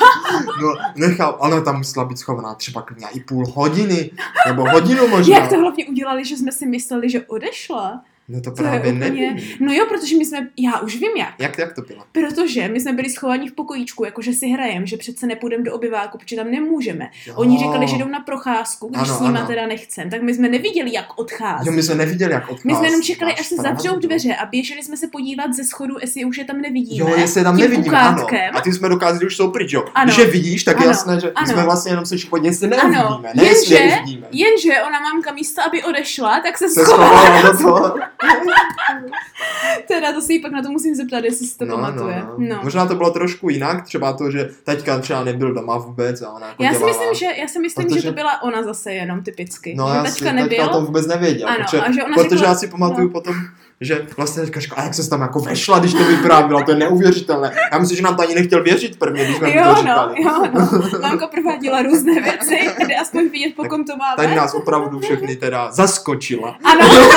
[SPEAKER 2] No, nechal, ona tam musela být schovaná třeba klidně i půl hodiny, nebo hodinu možná.
[SPEAKER 1] Jak to hlavně udělali, že jsme si mysleli, že odešla?
[SPEAKER 2] No to
[SPEAKER 1] To je
[SPEAKER 2] právě
[SPEAKER 1] úplně-
[SPEAKER 2] nevím.
[SPEAKER 1] No jo, protože my jsme, já už vím jak.
[SPEAKER 2] Jak, jak to bylo?
[SPEAKER 1] Protože my jsme byli schovaní v pokojíčku, jakože si hrajeme, že přece nepůjdeme do obyváku, protože tam nemůžeme. Oni
[SPEAKER 2] Jo.
[SPEAKER 1] říkali, že jdou na procházku, když
[SPEAKER 2] No. Ano,
[SPEAKER 1] s nima
[SPEAKER 2] ano.
[SPEAKER 1] teda nechcem, tak my jsme neviděli, jak odchází.
[SPEAKER 2] Jo, my jsme neviděli, jak odchází.
[SPEAKER 1] My jsme jenom čekali,
[SPEAKER 2] Máš
[SPEAKER 1] až se
[SPEAKER 2] pravdu.
[SPEAKER 1] zavřou dveře a běželi jsme se podívat ze schodu, jestli už je tam nevidíme.
[SPEAKER 2] Jo, jestli je tam
[SPEAKER 1] tím
[SPEAKER 2] nevidíme, ano.
[SPEAKER 1] ukázkem.
[SPEAKER 2] A ty jsme dokázali, že už jsou pryč, jo.
[SPEAKER 1] Ano.
[SPEAKER 2] Když je vidíš, tak je
[SPEAKER 1] Ano.
[SPEAKER 2] jasné, že
[SPEAKER 1] Ano.
[SPEAKER 2] jsme vlastně jenom se škodí, jestli
[SPEAKER 1] Ano.
[SPEAKER 2] neuvidíme. Ne, jestli
[SPEAKER 1] Jenže-
[SPEAKER 2] je uvidíme.
[SPEAKER 1] Jenže ona mamka místo, aby odešla, tak se
[SPEAKER 2] Se
[SPEAKER 1] schovala.
[SPEAKER 2] schovala do toho.
[SPEAKER 1] *laughs* Teda to si jí pak na to musím zeptat, jestli si to pamatuje.
[SPEAKER 2] No, no. Možná to bylo trošku jinak, třeba to, že teďka třeba nebyl doma vůbec a ona jako
[SPEAKER 1] Já si
[SPEAKER 2] dělala.
[SPEAKER 1] myslím, že, já si myslím
[SPEAKER 2] Protože-
[SPEAKER 1] že to byla ona zase jenom typicky.
[SPEAKER 2] No,
[SPEAKER 1] že
[SPEAKER 2] já si
[SPEAKER 1] tačka nebyl.
[SPEAKER 2] o tom vůbec nevěděl.
[SPEAKER 1] Ano,
[SPEAKER 2] protože,
[SPEAKER 1] a že ona
[SPEAKER 2] protože
[SPEAKER 1] řekla-
[SPEAKER 2] já si pamatuju
[SPEAKER 1] no.
[SPEAKER 2] potom, že vlastně teďka říká, a jak se tam jako vešla, když to vyprávila, to je neuvěřitelné. Já myslím, že nám to ani nechtěl věřit prvně, když jsme mu to
[SPEAKER 1] Jo, no,
[SPEAKER 2] říkali.
[SPEAKER 1] jo, no. Mamka prováděla různé věci, kde aspoň vidět, po kom to
[SPEAKER 2] Tady
[SPEAKER 1] máme.
[SPEAKER 2] nás opravdu všechny teda zaskočila.
[SPEAKER 1] Ano.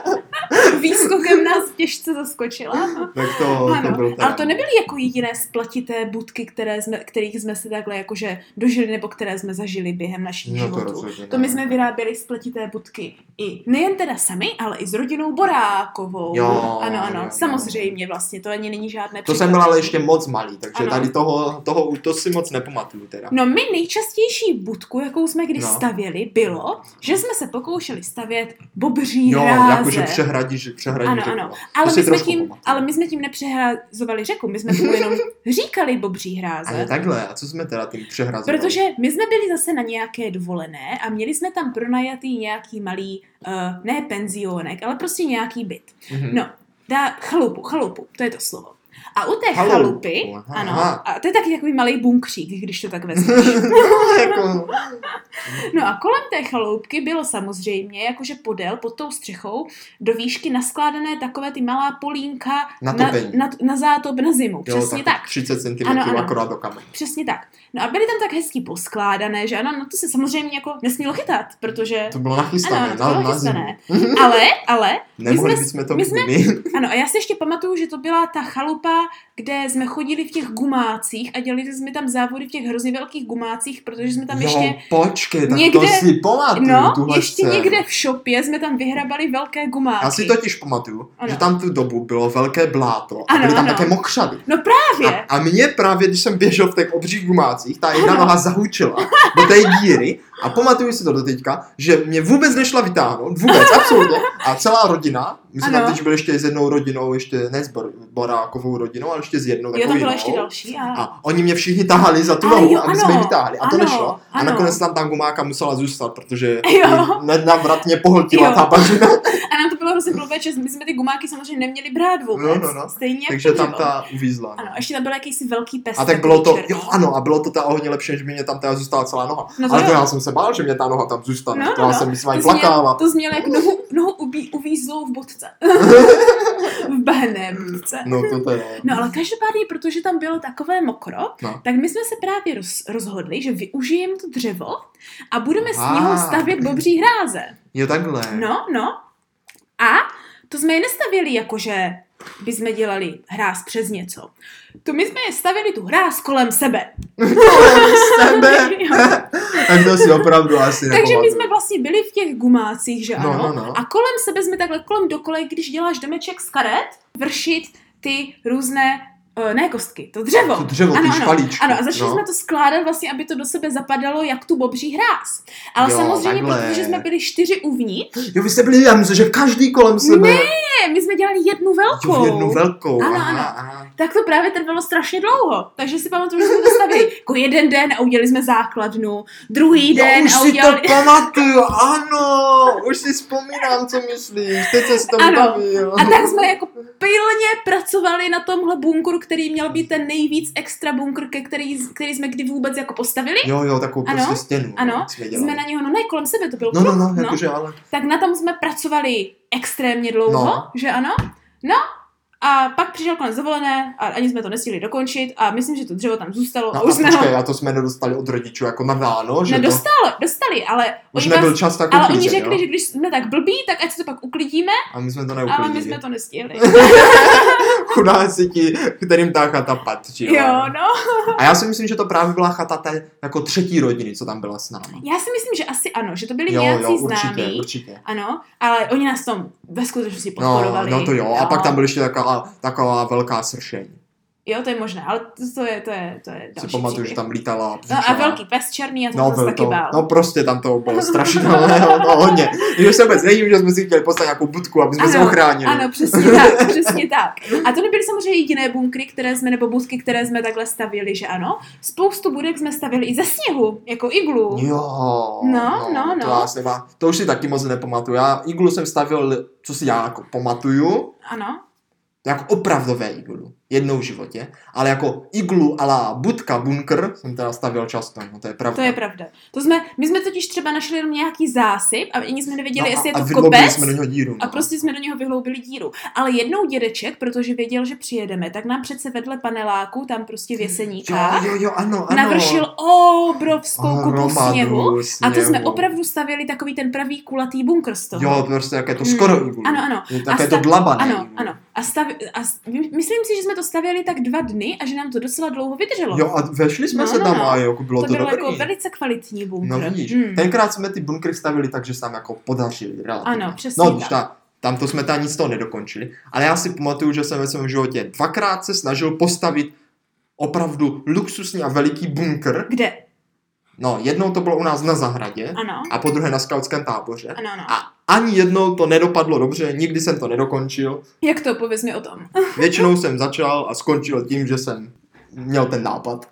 [SPEAKER 1] *laughs* Výskokem nás těžce zaskočila.
[SPEAKER 2] Tak No, to, to byl
[SPEAKER 1] Ano,
[SPEAKER 2] teda.
[SPEAKER 1] ale to nebyly jako jediné splatité budky, které jsme, kterých jsme se takhle jakože dožili nebo které jsme zažili během našich
[SPEAKER 2] No to
[SPEAKER 1] životů.
[SPEAKER 2] rozhodně.
[SPEAKER 1] to
[SPEAKER 2] ne.
[SPEAKER 1] my jsme vyráběli spletité budky i nejen teda sami, ale i s rodinou Borákovou.
[SPEAKER 2] Jo,
[SPEAKER 1] ano, ano,
[SPEAKER 2] jo, jo.
[SPEAKER 1] samozřejmě vlastně, to ani není žádné
[SPEAKER 2] To
[SPEAKER 1] překvapení.
[SPEAKER 2] jsem byl ale ještě moc malý, takže
[SPEAKER 1] Ano.
[SPEAKER 2] tady toho, toho, to si moc nepamatuju teda.
[SPEAKER 1] No my nejčastější budku, jakou jsme kdy
[SPEAKER 2] No.
[SPEAKER 1] no. stavěli, bylo, že jsme se pokoušeli stavět bobří
[SPEAKER 2] Jo,
[SPEAKER 1] hráze.
[SPEAKER 2] jakože přehradíš, přehradíš.
[SPEAKER 1] Ano,
[SPEAKER 2] řeku,
[SPEAKER 1] ano.
[SPEAKER 2] no.
[SPEAKER 1] ale,
[SPEAKER 2] si
[SPEAKER 1] my jsme
[SPEAKER 2] trošku
[SPEAKER 1] tím,
[SPEAKER 2] pamatuju.
[SPEAKER 1] ale my jsme tím nepřehrazovali řeku, my jsme tomu
[SPEAKER 2] *laughs*
[SPEAKER 1] jenom říkali bobří hráze.
[SPEAKER 2] Ale takhle, a co jsme teda tím přehrazovali?
[SPEAKER 1] Protože my jsme byli zase na nějaké dovolené a měli jsme tam pronajatý nějaký malý, uh, ne penzionek, ale prostě nějaký byt.
[SPEAKER 2] Mhm.
[SPEAKER 1] No, dá chalupu, chalupu, to je to slovo. A u té
[SPEAKER 2] Chalupu,
[SPEAKER 1] chalupy,
[SPEAKER 2] aha.
[SPEAKER 1] ano, a to je taky takový malý bunkřík, když to tak vezmeš.
[SPEAKER 2] *laughs* *laughs* jako...
[SPEAKER 1] No a kolem té chaloupky bylo samozřejmě, jakože podél, pod tou střechou, do výšky naskládané takové ty malá polínka
[SPEAKER 2] Na
[SPEAKER 1] na,
[SPEAKER 2] topení.
[SPEAKER 1] na, na zátob na zimu. *laughs* Přesně
[SPEAKER 2] jo,
[SPEAKER 1] tak.
[SPEAKER 2] 30 cm
[SPEAKER 1] Ano, ano.
[SPEAKER 2] akorát do kamene.
[SPEAKER 1] Přesně tak. No a byly tam tak hezky poskládané, že ano, no to se samozřejmě jako nesmělo chytat, protože...
[SPEAKER 2] To bylo
[SPEAKER 1] Ano,
[SPEAKER 2] nachystané,
[SPEAKER 1] ano, to bylo
[SPEAKER 2] na, na zimu.
[SPEAKER 1] chystané. *laughs* Ale, ale,
[SPEAKER 2] Nemohli
[SPEAKER 1] jsme-
[SPEAKER 2] bychom to
[SPEAKER 1] my
[SPEAKER 2] mít
[SPEAKER 1] jsme-
[SPEAKER 2] my.
[SPEAKER 1] *laughs* ano, a já si ještě pamatuju, že to byla ta chalupa, kde jsme chodili v těch gumácích a dělali jsme tam závody v těch hrozně velkých gumácích, protože jsme tam
[SPEAKER 2] jo,
[SPEAKER 1] ještě...
[SPEAKER 2] počkej, tak
[SPEAKER 1] někde-
[SPEAKER 2] to si pamatuju,
[SPEAKER 1] No,
[SPEAKER 2] tuhle
[SPEAKER 1] ještě
[SPEAKER 2] scénu.
[SPEAKER 1] někde v šopě jsme tam vyhrabali velké gumáky.
[SPEAKER 2] Já si totiž pamatuju,
[SPEAKER 1] Ano.
[SPEAKER 2] že tam tu dobu bylo velké bláto a
[SPEAKER 1] Ano,
[SPEAKER 2] byly tam
[SPEAKER 1] ano.
[SPEAKER 2] také mokřady.
[SPEAKER 1] No právě.
[SPEAKER 2] A, a mě právě, když jsem běžel v těch obřích gumácích, ta jedna
[SPEAKER 1] Ano.
[SPEAKER 2] noha zahučila do té díry a pamatuju si to do teďka, že mě vůbec nešla vytáhnout, vůbec, absolutně. A celá rodina, my jsme
[SPEAKER 1] Ano.
[SPEAKER 2] tam teď byli ještě s jednou rodinou, ještě ne s Bor- Borákovou rodinou, ale ještě s jednou
[SPEAKER 1] Jo,
[SPEAKER 2] takovou
[SPEAKER 1] tam byla
[SPEAKER 2] jinou.
[SPEAKER 1] ještě další. A...
[SPEAKER 2] no. A oni mě všichni tahali za tu
[SPEAKER 1] Ale
[SPEAKER 2] nohu,
[SPEAKER 1] jo,
[SPEAKER 2] aby
[SPEAKER 1] ano,
[SPEAKER 2] jsme ji vytáhli. A to
[SPEAKER 1] ano,
[SPEAKER 2] nešlo. A
[SPEAKER 1] ano.
[SPEAKER 2] nakonec tam ta gumáka musela zůstat, protože
[SPEAKER 1] Jo.
[SPEAKER 2] nenavratně pohltila
[SPEAKER 1] Jo. Jako
[SPEAKER 2] ta bažina.
[SPEAKER 1] a nám to bylo hrozně blbé, že my jsme ty gumáky samozřejmě neměli brát vůbec.
[SPEAKER 2] No, no, no.
[SPEAKER 1] Stejně jak
[SPEAKER 2] Takže
[SPEAKER 1] to
[SPEAKER 2] tam
[SPEAKER 1] bylo.
[SPEAKER 2] ta uvízla. no.
[SPEAKER 1] Ano, ještě tam byl jakýsi velký pes.
[SPEAKER 2] A tak
[SPEAKER 1] takový
[SPEAKER 2] bylo to,
[SPEAKER 1] černý.
[SPEAKER 2] jo ano, a bylo to teda o hodně lepší, než by mě tam teda zůstala celá noha.
[SPEAKER 1] No to
[SPEAKER 2] Ale to
[SPEAKER 1] jo.
[SPEAKER 2] já jsem se bál, že mě ta noha tam zůstane.
[SPEAKER 1] No,
[SPEAKER 2] to
[SPEAKER 1] no,
[SPEAKER 2] já
[SPEAKER 1] no.
[SPEAKER 2] jsem myslela i
[SPEAKER 1] To jsi měl-
[SPEAKER 2] plakala.
[SPEAKER 1] To znělo jak nohu, nohu ubí, uvízlou v
[SPEAKER 2] *laughs*
[SPEAKER 1] bodce. v bahné bodce.
[SPEAKER 2] No to teda.
[SPEAKER 1] No ale každopádně, protože tam bylo takové mokro,
[SPEAKER 2] No.
[SPEAKER 1] tak my jsme se právě roz, rozhodli, že využijeme to dřevo a budeme
[SPEAKER 2] Aha.
[SPEAKER 1] s něho stavět bobří hráze.
[SPEAKER 2] Jo takhle.
[SPEAKER 1] No, no. A to jsme je nestavěli jako, že by jsme dělali hráz přes něco. To my jsme je stavili tu hráz kolem sebe.
[SPEAKER 2] Sebe.
[SPEAKER 1] *laughs*
[SPEAKER 2] *laughs*
[SPEAKER 1] Jo.
[SPEAKER 2] tak to si opravdu asi
[SPEAKER 1] Takže my
[SPEAKER 2] nepamatuju.
[SPEAKER 1] jsme vlastně byli v těch gumácích, že
[SPEAKER 2] No,
[SPEAKER 1] ano.
[SPEAKER 2] no, no.
[SPEAKER 1] A kolem sebe jsme takhle kolem dokolej, když děláš domeček z karet, vršit ty různé eh, ne kostky, to dřevo.
[SPEAKER 2] To dřevo, ty
[SPEAKER 1] ano, ano,
[SPEAKER 2] špalíčky,
[SPEAKER 1] ano, a začali
[SPEAKER 2] no.
[SPEAKER 1] jsme to skládat vlastně, aby to do sebe zapadalo jak tu bobří hráz. Ale
[SPEAKER 2] Jo,
[SPEAKER 1] samozřejmě,
[SPEAKER 2] takhle.
[SPEAKER 1] protože jsme byli čtyři uvnitř,
[SPEAKER 2] Jo, vy jste byli, já myslím, že každý kolem sebe.
[SPEAKER 1] ne, my jsme dělali jednu velkou.
[SPEAKER 2] Jo, jednu velkou.
[SPEAKER 1] Ano,
[SPEAKER 2] aha,
[SPEAKER 1] ano.
[SPEAKER 2] aha.
[SPEAKER 1] tak to právě trvalo strašně dlouho. Takže si pamatuju, že jsme to stavili jako jeden den a udělali jsme základnu, druhý
[SPEAKER 2] Já
[SPEAKER 1] den
[SPEAKER 2] No, už
[SPEAKER 1] a
[SPEAKER 2] si
[SPEAKER 1] udělali...
[SPEAKER 2] to pamatuju, ano, už si vzpomínám, co myslíš, teď se s tom
[SPEAKER 1] Ano.
[SPEAKER 2] bavil.
[SPEAKER 1] A tak jsme jako pilně pracovali na tomhle bunkru, který měl být ten nejvíc extra bunkr, ke který, který jsme kdy vůbec jako postavili.
[SPEAKER 2] Jo, jo, takovou
[SPEAKER 1] Ano,
[SPEAKER 2] prostě stěnu.
[SPEAKER 1] ano,
[SPEAKER 2] Jsme,
[SPEAKER 1] Jsme na něho, no ne, kolem sebe to byl
[SPEAKER 2] No, no, no,
[SPEAKER 1] kruh,
[SPEAKER 2] jakože ale...
[SPEAKER 1] Tak na tom jsme pracovali extrémně dlouho,
[SPEAKER 2] No.
[SPEAKER 1] no. že ano? No, a pak přišel konec dovolené a ani jsme to nestihli dokončit a myslím, že to dřevo tam zůstalo
[SPEAKER 2] No,
[SPEAKER 1] a
[SPEAKER 2] a
[SPEAKER 1] už jsme ho
[SPEAKER 2] počkej, a to jsme nedostali od rodičů jako na dáno, že to...
[SPEAKER 1] nedostalo, dostali, ale
[SPEAKER 2] Už
[SPEAKER 1] oni, nás,
[SPEAKER 2] nebyl čas tak
[SPEAKER 1] ale
[SPEAKER 2] uklízet,
[SPEAKER 1] oni řekli,
[SPEAKER 2] jo?
[SPEAKER 1] že když jsme tak blbí, tak ať se to pak uklidíme,
[SPEAKER 2] A my jsme to
[SPEAKER 1] ale
[SPEAKER 2] neuklidili.
[SPEAKER 1] my jsme to
[SPEAKER 2] *laughs*
[SPEAKER 1] nestihli.
[SPEAKER 2] Chudáci ti, kterým ta chata patří.
[SPEAKER 1] jo, no.
[SPEAKER 2] A já si myslím, že to právě byla chata té jako třetí rodiny, co tam byla s námi.
[SPEAKER 1] Já si myslím, že asi ano, že to byli
[SPEAKER 2] Jo,
[SPEAKER 1] nějací
[SPEAKER 2] jo, určitě,
[SPEAKER 1] známí.
[SPEAKER 2] určitě.
[SPEAKER 1] Ano, ale oni nás tam ve skutečnosti
[SPEAKER 2] No,
[SPEAKER 1] podporovali.
[SPEAKER 2] no to jo. A pak tam byly ještě taková, taková velká sršeň.
[SPEAKER 1] Jo, to je možné, ale to, to je, to je, to je
[SPEAKER 2] Si
[SPEAKER 1] další
[SPEAKER 2] pamatuju, že
[SPEAKER 1] příběh.
[SPEAKER 2] tam lítala
[SPEAKER 1] No a
[SPEAKER 2] psíčka.
[SPEAKER 1] velký pes černý a to
[SPEAKER 2] No,
[SPEAKER 1] jsem se
[SPEAKER 2] byl
[SPEAKER 1] taky
[SPEAKER 2] to,
[SPEAKER 1] bál.
[SPEAKER 2] no prostě tam to
[SPEAKER 1] *laughs*
[SPEAKER 2] bylo strašidelné, no, no hodně. Že se vůbec nevím, že jsme si chtěli postavit nějakou budku, aby jsme se
[SPEAKER 1] Ano,
[SPEAKER 2] ochránili.
[SPEAKER 1] Ano, přesně
[SPEAKER 2] *laughs*
[SPEAKER 1] tak, přesně tak. A to nebyly samozřejmě jediné bunkry, které jsme, nebo budky, které jsme takhle stavili, že ano. Spoustu budek jsme stavili i ze sněhu, jako iglu.
[SPEAKER 2] Jo,
[SPEAKER 1] No, no,
[SPEAKER 2] To,
[SPEAKER 1] no.
[SPEAKER 2] já si má, to už si taky moc nepamatuju. Já iglu jsem stavil, co si já jako pamatuju,
[SPEAKER 1] Ano,
[SPEAKER 2] jako opravdové iglu, jednou v životě, ale jako iglu ala budka, bunkr jsem teda stavil často, no to je pravda.
[SPEAKER 1] to je pravda. To jsme, my jsme totiž třeba našli jenom nějaký zásyp a ani jsme nevěděli,
[SPEAKER 2] no,
[SPEAKER 1] jestli je
[SPEAKER 2] a,
[SPEAKER 1] to
[SPEAKER 2] a vydlobili
[SPEAKER 1] kopec.
[SPEAKER 2] jsme do něho díru. No.
[SPEAKER 1] A prostě jsme do něho vyhloubili díru. Ale jednou dědeček, protože věděl, že přijedeme, tak nám přece vedle paneláku, tam prostě v
[SPEAKER 2] jo,
[SPEAKER 1] jeseníkách,
[SPEAKER 2] jo, jo, ano, ano.
[SPEAKER 1] navršil obrovskou kupu
[SPEAKER 2] Hromadu
[SPEAKER 1] sněhu. A to jsme
[SPEAKER 2] sněhu.
[SPEAKER 1] opravdu stavěli takový ten pravý kulatý bunkr z toho.
[SPEAKER 2] Jo, prostě jak je to
[SPEAKER 1] Mm,
[SPEAKER 2] skoro iglu.
[SPEAKER 1] Ano, ano.
[SPEAKER 2] Je Také
[SPEAKER 1] A
[SPEAKER 2] to
[SPEAKER 1] sta-
[SPEAKER 2] dlabané.
[SPEAKER 1] Ano,
[SPEAKER 2] iglu.
[SPEAKER 1] ano. A, stav, a s- my- myslím si, že jsme to stavěli tak dva dny a že nám to docela dlouho vydrželo.
[SPEAKER 2] Jo, a vešli jsme
[SPEAKER 1] No,
[SPEAKER 2] se
[SPEAKER 1] no,
[SPEAKER 2] tam
[SPEAKER 1] no.
[SPEAKER 2] a jako bylo
[SPEAKER 1] to,
[SPEAKER 2] to,
[SPEAKER 1] bylo
[SPEAKER 2] dobrý.
[SPEAKER 1] jako velice kvalitní bunkr.
[SPEAKER 2] No vidíš,
[SPEAKER 1] Hmm.
[SPEAKER 2] tenkrát jsme ty bunkry stavili tak, že se tam jako podařili relativně.
[SPEAKER 1] Ano, přesně
[SPEAKER 2] No, když
[SPEAKER 1] tak.
[SPEAKER 2] ta, tam to jsme tam nic toho nedokončili, ale já si pamatuju, že jsem ve svém životě dvakrát se snažil postavit opravdu luxusní a veliký bunkr.
[SPEAKER 1] Kde?
[SPEAKER 2] No, jednou to bylo u nás na zahradě
[SPEAKER 1] Ano.
[SPEAKER 2] a po druhé na skautském táboře.
[SPEAKER 1] Ano, ano.
[SPEAKER 2] A ani jednou to nedopadlo dobře, nikdy jsem to nedokončil.
[SPEAKER 1] Jak to? Pověz mi o tom.
[SPEAKER 2] Většinou jsem začal a skončil tím, že jsem měl
[SPEAKER 1] *laughs*
[SPEAKER 2] ten nápad.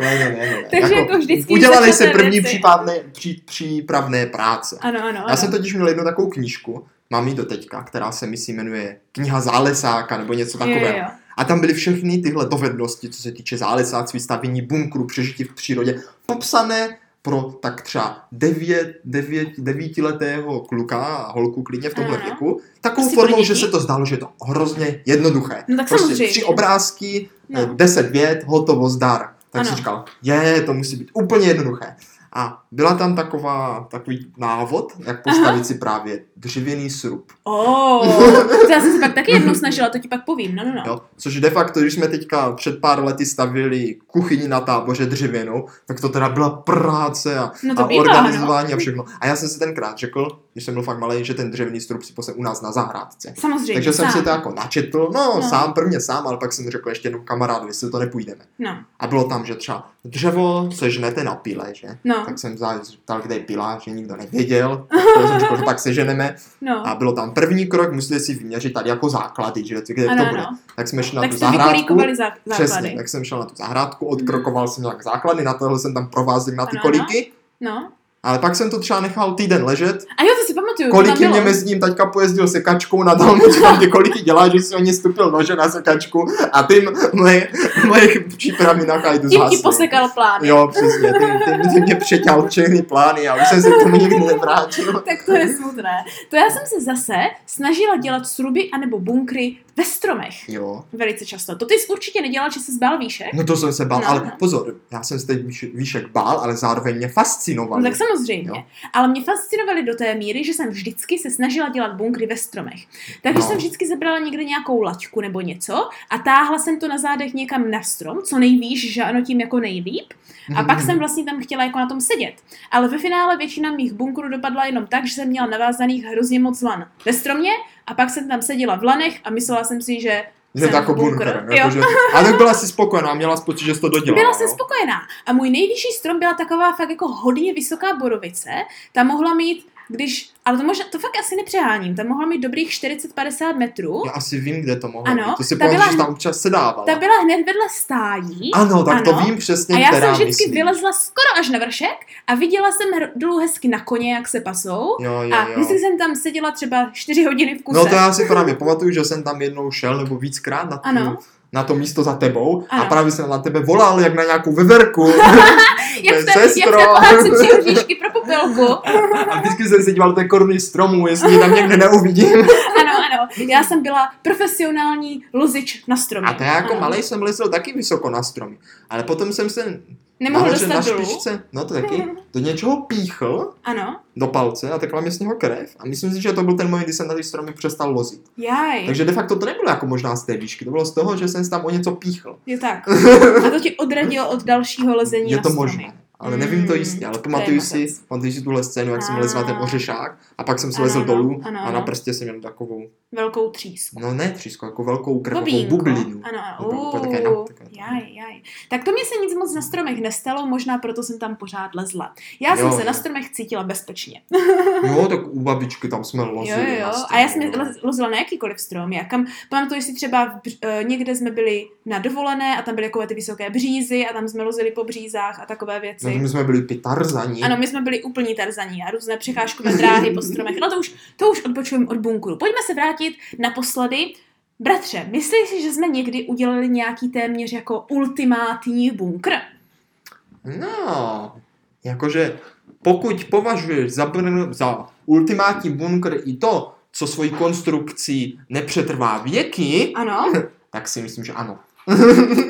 [SPEAKER 2] ne, ne, ne, ne.
[SPEAKER 1] Takže jako vždycky, když
[SPEAKER 2] Udělali se
[SPEAKER 1] začnete
[SPEAKER 2] první
[SPEAKER 1] věci.
[SPEAKER 2] případné, pří, přípravné práce.
[SPEAKER 1] Ano, ano, ano.
[SPEAKER 2] Já jsem totiž měl jednu takovou knížku, mám ji do teďka, která se myslím jmenuje Kniha zálesáka nebo
[SPEAKER 1] Jo,
[SPEAKER 2] něco takového.
[SPEAKER 1] jo, jo.
[SPEAKER 2] A tam byly všechny tyhle dovednosti, co se týče zálesáctví, stavění bunkru, přežití v přírodě, popsané pro tak třeba devět, devět, devítiletého kluka a holku klidně v tomhle
[SPEAKER 1] Ano.
[SPEAKER 2] věku. Takovou
[SPEAKER 1] Prostě
[SPEAKER 2] formou,
[SPEAKER 1] pro
[SPEAKER 2] že
[SPEAKER 1] děti?
[SPEAKER 2] se to zdálo, že je to hrozně jednoduché.
[SPEAKER 1] No tak
[SPEAKER 2] Prostě
[SPEAKER 1] samozřejmě.
[SPEAKER 2] tři obrázky,
[SPEAKER 1] No.
[SPEAKER 2] no. 10 vět, hotovo, zdar. Tak ano.
[SPEAKER 1] Ano.
[SPEAKER 2] jsem říkal, je, to musí být úplně jednoduché. A byla tam taková, takový návod, jak postavit si právě dřevěný srub.
[SPEAKER 1] Oh, to já jsem se pak taky jednou snažila, to ti pak povím. No, no, no.
[SPEAKER 2] Jo? Což de facto, když jsme teďka před pár lety stavili kuchyni na táboře dřevěnou, tak to teda byla práce a,
[SPEAKER 1] No to
[SPEAKER 2] a
[SPEAKER 1] bývá, no.
[SPEAKER 2] organizování a všechno. A já jsem si tenkrát řekl, když jsem byl fakt malý, že ten dřevěný strop si posem u nás na zahrádce.
[SPEAKER 1] Samozřejmě,
[SPEAKER 2] Takže jsem
[SPEAKER 1] sám.
[SPEAKER 2] si to jako načetl, no, no
[SPEAKER 1] No.
[SPEAKER 2] sám, prvně sám, ale pak jsem řekl ještě jednou kamarádu, jestli to nepůjdeme.
[SPEAKER 1] No,
[SPEAKER 2] A bylo tam, že třeba dřevo sežnete na pile, že?
[SPEAKER 1] no,
[SPEAKER 2] Tak jsem za- ptal, kde je pila, že
[SPEAKER 1] *laughs*
[SPEAKER 2] nikdo nevěděl. Tak jsem řekl, že pak seženeme.
[SPEAKER 1] no.
[SPEAKER 2] A bylo tam první krok, museli si vyměřit tady jako základy, že kde
[SPEAKER 1] Ano,
[SPEAKER 2] to bude.
[SPEAKER 1] ano.
[SPEAKER 2] Tak jsme šli na
[SPEAKER 1] Tak
[SPEAKER 2] tu
[SPEAKER 1] jste
[SPEAKER 2] zahrádku.
[SPEAKER 1] vykolíkovali zá-
[SPEAKER 2] Přesně,
[SPEAKER 1] základy.
[SPEAKER 2] tak jsem šel na tu zahrádku, odkrokoval jsem nějak základy, na tohle jsem tam provázel na ty
[SPEAKER 1] Ano,
[SPEAKER 2] koliky,
[SPEAKER 1] No.
[SPEAKER 2] ale pak jsem to třeba nechal týden ležet.
[SPEAKER 1] A jo, to si pamatuju. to tam
[SPEAKER 2] Koliky mě
[SPEAKER 1] bylo.
[SPEAKER 2] mezi ním taťka pojezdil sekačkou na dalnici, *laughs* tam ty koliky dělá, že si o ně stupil nože na sekačku a tím moje, moje přípravy na kajdu
[SPEAKER 1] Tím ti
[SPEAKER 2] zhasly.
[SPEAKER 1] posekal plán.
[SPEAKER 2] Jo, přesně, ty, ty, ty mě přeťal všechny plány a už jsem se k tomu nikdy nevrátil.
[SPEAKER 1] Tak to je smutné. To já jsem se zase snažila dělat sruby anebo bunkry ve stromech.
[SPEAKER 2] Jo.
[SPEAKER 1] Velice často. To ty jsi určitě nedělal, že se zbál výšek?
[SPEAKER 2] No to jsem se bál,
[SPEAKER 1] No,
[SPEAKER 2] ale
[SPEAKER 1] no.
[SPEAKER 2] pozor, já jsem se teď výš- výšek bál, ale zároveň mě
[SPEAKER 1] No
[SPEAKER 2] fascinoval.
[SPEAKER 1] tak samozřejmě.
[SPEAKER 2] Jo.
[SPEAKER 1] Jo. Ale mě fascinovaly do té míry, že jsem vždycky se snažila dělat bunkry ve stromech. Takže
[SPEAKER 2] No.
[SPEAKER 1] no. jsem vždycky zabrala někde nějakou laťku nebo něco a táhla jsem to na zádech někam na strom, co nejvíš, že ano, tím jako nejlíp. A
[SPEAKER 2] Mhm,
[SPEAKER 1] pak jsem vlastně tam chtěla jako na tom sedět. Ale ve finále většina mých bunkrů dopadla jenom tak, že jsem měla navázaných hrozně moc lan ve stromě a pak jsem tam seděla v lanech a myslela jsem si, že
[SPEAKER 2] Že to
[SPEAKER 1] jsem
[SPEAKER 2] jako
[SPEAKER 1] bunkr.
[SPEAKER 2] bunker.
[SPEAKER 1] Jo.
[SPEAKER 2] Jakože, a tak byla jsi spokojená, měla jsi pocit, že jsi to dodělala.
[SPEAKER 1] byla jsem
[SPEAKER 2] jo?
[SPEAKER 1] spokojená. A můj nejvyšší strom byla taková fakt jako hodně vysoká borovice. Ta mohla mít, když, ale to, možná, to fakt asi nepřeháním, ta mohla mít dobrých 40-50 metrů.
[SPEAKER 2] Já asi vím, kde to mohlo
[SPEAKER 1] Ano,
[SPEAKER 2] být. To si
[SPEAKER 1] ta
[SPEAKER 2] pamatuju,
[SPEAKER 1] byla-
[SPEAKER 2] že tam občas se dávala.
[SPEAKER 1] Ta byla hned vedle stájí.
[SPEAKER 2] Ano, tak to
[SPEAKER 1] Ano.
[SPEAKER 2] vím přesně,
[SPEAKER 1] A já
[SPEAKER 2] která
[SPEAKER 1] jsem vždycky
[SPEAKER 2] myslím.
[SPEAKER 1] vylezla skoro až na vršek a viděla jsem hr- dolů hezky na koně, jak se pasou.
[SPEAKER 2] Jo, jo,
[SPEAKER 1] A
[SPEAKER 2] jo.
[SPEAKER 1] vždycky jsem tam seděla třeba 4 hodiny v kuse.
[SPEAKER 2] No to já si právě pamatuju, že jsem tam jednou šel, nebo víckrát na tu,
[SPEAKER 1] Ano.
[SPEAKER 2] na to místo za tebou a
[SPEAKER 1] Ano.
[SPEAKER 2] právě jsem na tebe volal jak na nějakou
[SPEAKER 1] *laughs*
[SPEAKER 2] veverku.
[SPEAKER 1] Jak
[SPEAKER 2] je
[SPEAKER 1] jste, jak jste
[SPEAKER 2] sestro.
[SPEAKER 1] pohádce tři hrušky pro popelku.
[SPEAKER 2] a vždycky jsem se díval do té koruny stromu, jestli tam někde neuvidím.
[SPEAKER 1] Ano, ano. Já jsem byla profesionální lozič na stromě.
[SPEAKER 2] A to já jako
[SPEAKER 1] Ano.
[SPEAKER 2] malej jsem lezel taky vysoko na stromy. Ale potom jsem se
[SPEAKER 1] Nemohl
[SPEAKER 2] nahoře na
[SPEAKER 1] dostat dolů.
[SPEAKER 2] špičce, no
[SPEAKER 1] *laughs*
[SPEAKER 2] to taky, do něčeho píchl
[SPEAKER 1] Ano.
[SPEAKER 2] do palce a tekla mě z něho krev. A myslím si, že to byl ten moment, kdy jsem na ty stromy přestal lozit.
[SPEAKER 1] Jaj.
[SPEAKER 2] Takže de facto to nebylo jako možná z té výšky, to bylo z toho, že jsem se tam o něco píchl.
[SPEAKER 1] Je
[SPEAKER 2] *laughs*
[SPEAKER 1] tak. A to tě odradilo od dalšího lezení
[SPEAKER 2] Je
[SPEAKER 1] na
[SPEAKER 2] to
[SPEAKER 1] stromy.
[SPEAKER 2] možné. Ale nevím to
[SPEAKER 1] Mm,
[SPEAKER 2] jistě, ale
[SPEAKER 1] to je
[SPEAKER 2] pamatuju si,
[SPEAKER 1] nonsens.
[SPEAKER 2] pamatuju si tuhle scénu, jak jsem
[SPEAKER 1] Ah.
[SPEAKER 2] lezl na ten ořešák a pak jsem
[SPEAKER 1] Ano,
[SPEAKER 2] slezl
[SPEAKER 1] ano,
[SPEAKER 2] dolů
[SPEAKER 1] ano,
[SPEAKER 2] a na
[SPEAKER 1] ano.
[SPEAKER 2] prstě jsem měl takovou,
[SPEAKER 1] Velkou třísku.
[SPEAKER 2] no ne třísku, jako velkou krvavou
[SPEAKER 1] Bobínko.
[SPEAKER 2] bublinu.
[SPEAKER 1] Ano,
[SPEAKER 2] Nebo
[SPEAKER 1] ano.
[SPEAKER 2] takové, no,
[SPEAKER 1] Uuu,
[SPEAKER 2] takové to.
[SPEAKER 1] Jaj, jaj. Tak to mě se nic moc na stromech nestalo, možná proto jsem tam pořád lezla. Já
[SPEAKER 2] Jo,
[SPEAKER 1] jsem se
[SPEAKER 2] jo.
[SPEAKER 1] na stromech cítila bezpečně. *laughs*
[SPEAKER 2] Jo, tak u babičky tam jsme
[SPEAKER 1] Jo,
[SPEAKER 2] lozili.
[SPEAKER 1] jo,
[SPEAKER 2] na no.
[SPEAKER 1] jo.
[SPEAKER 2] stromy,
[SPEAKER 1] A já jsem
[SPEAKER 2] jo.
[SPEAKER 1] lez- lozila na jakýkoliv strom. Já kam, pamatuju si třeba, v, Bř- eh, někde jsme byli na dovolené a tam byly takové ty vysoké břízy a tam jsme lozili po břízách a takové
[SPEAKER 2] No,
[SPEAKER 1] věci.
[SPEAKER 2] my jsme byli pitarzani.
[SPEAKER 1] Ano, my jsme byli úplní tarzaní a různé přecházkové dráhy po stromech. No to už, to už odbočujeme od bunkru. Pojďme se vrátit naposledy. Bratře, myslíš si, že jsme někdy udělali nějaký téměř jako ultimátní bunkr?
[SPEAKER 2] No, jakože pokud považuješ za, brn- za ultimátní bunkr i to, co svojí konstrukcí nepřetrvá věky,
[SPEAKER 1] Ano,
[SPEAKER 2] tak si myslím, že ano.
[SPEAKER 1] *laughs*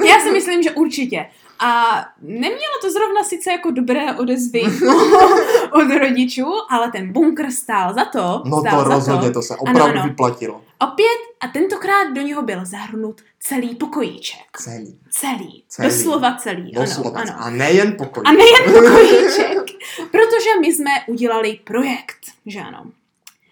[SPEAKER 1] já si myslím, že určitě. A nemělo to zrovna sice jako dobré odezvy *laughs* od rodičů, ale ten bunkr stál za to.
[SPEAKER 2] No
[SPEAKER 1] stál
[SPEAKER 2] to
[SPEAKER 1] za
[SPEAKER 2] rozhodně, to se opravdu
[SPEAKER 1] ano.
[SPEAKER 2] vyplatilo.
[SPEAKER 1] Opět a tentokrát do něho byl zahrnut celý pokojíček.
[SPEAKER 2] Celý.
[SPEAKER 1] Celý.
[SPEAKER 2] Celý.
[SPEAKER 1] Doslova celý.
[SPEAKER 2] Doslova.
[SPEAKER 1] Ano, ano.
[SPEAKER 2] A nejen pokoj.
[SPEAKER 1] A nejen
[SPEAKER 2] *laughs*
[SPEAKER 1] pokojíček, protože my jsme udělali projekt, že ano.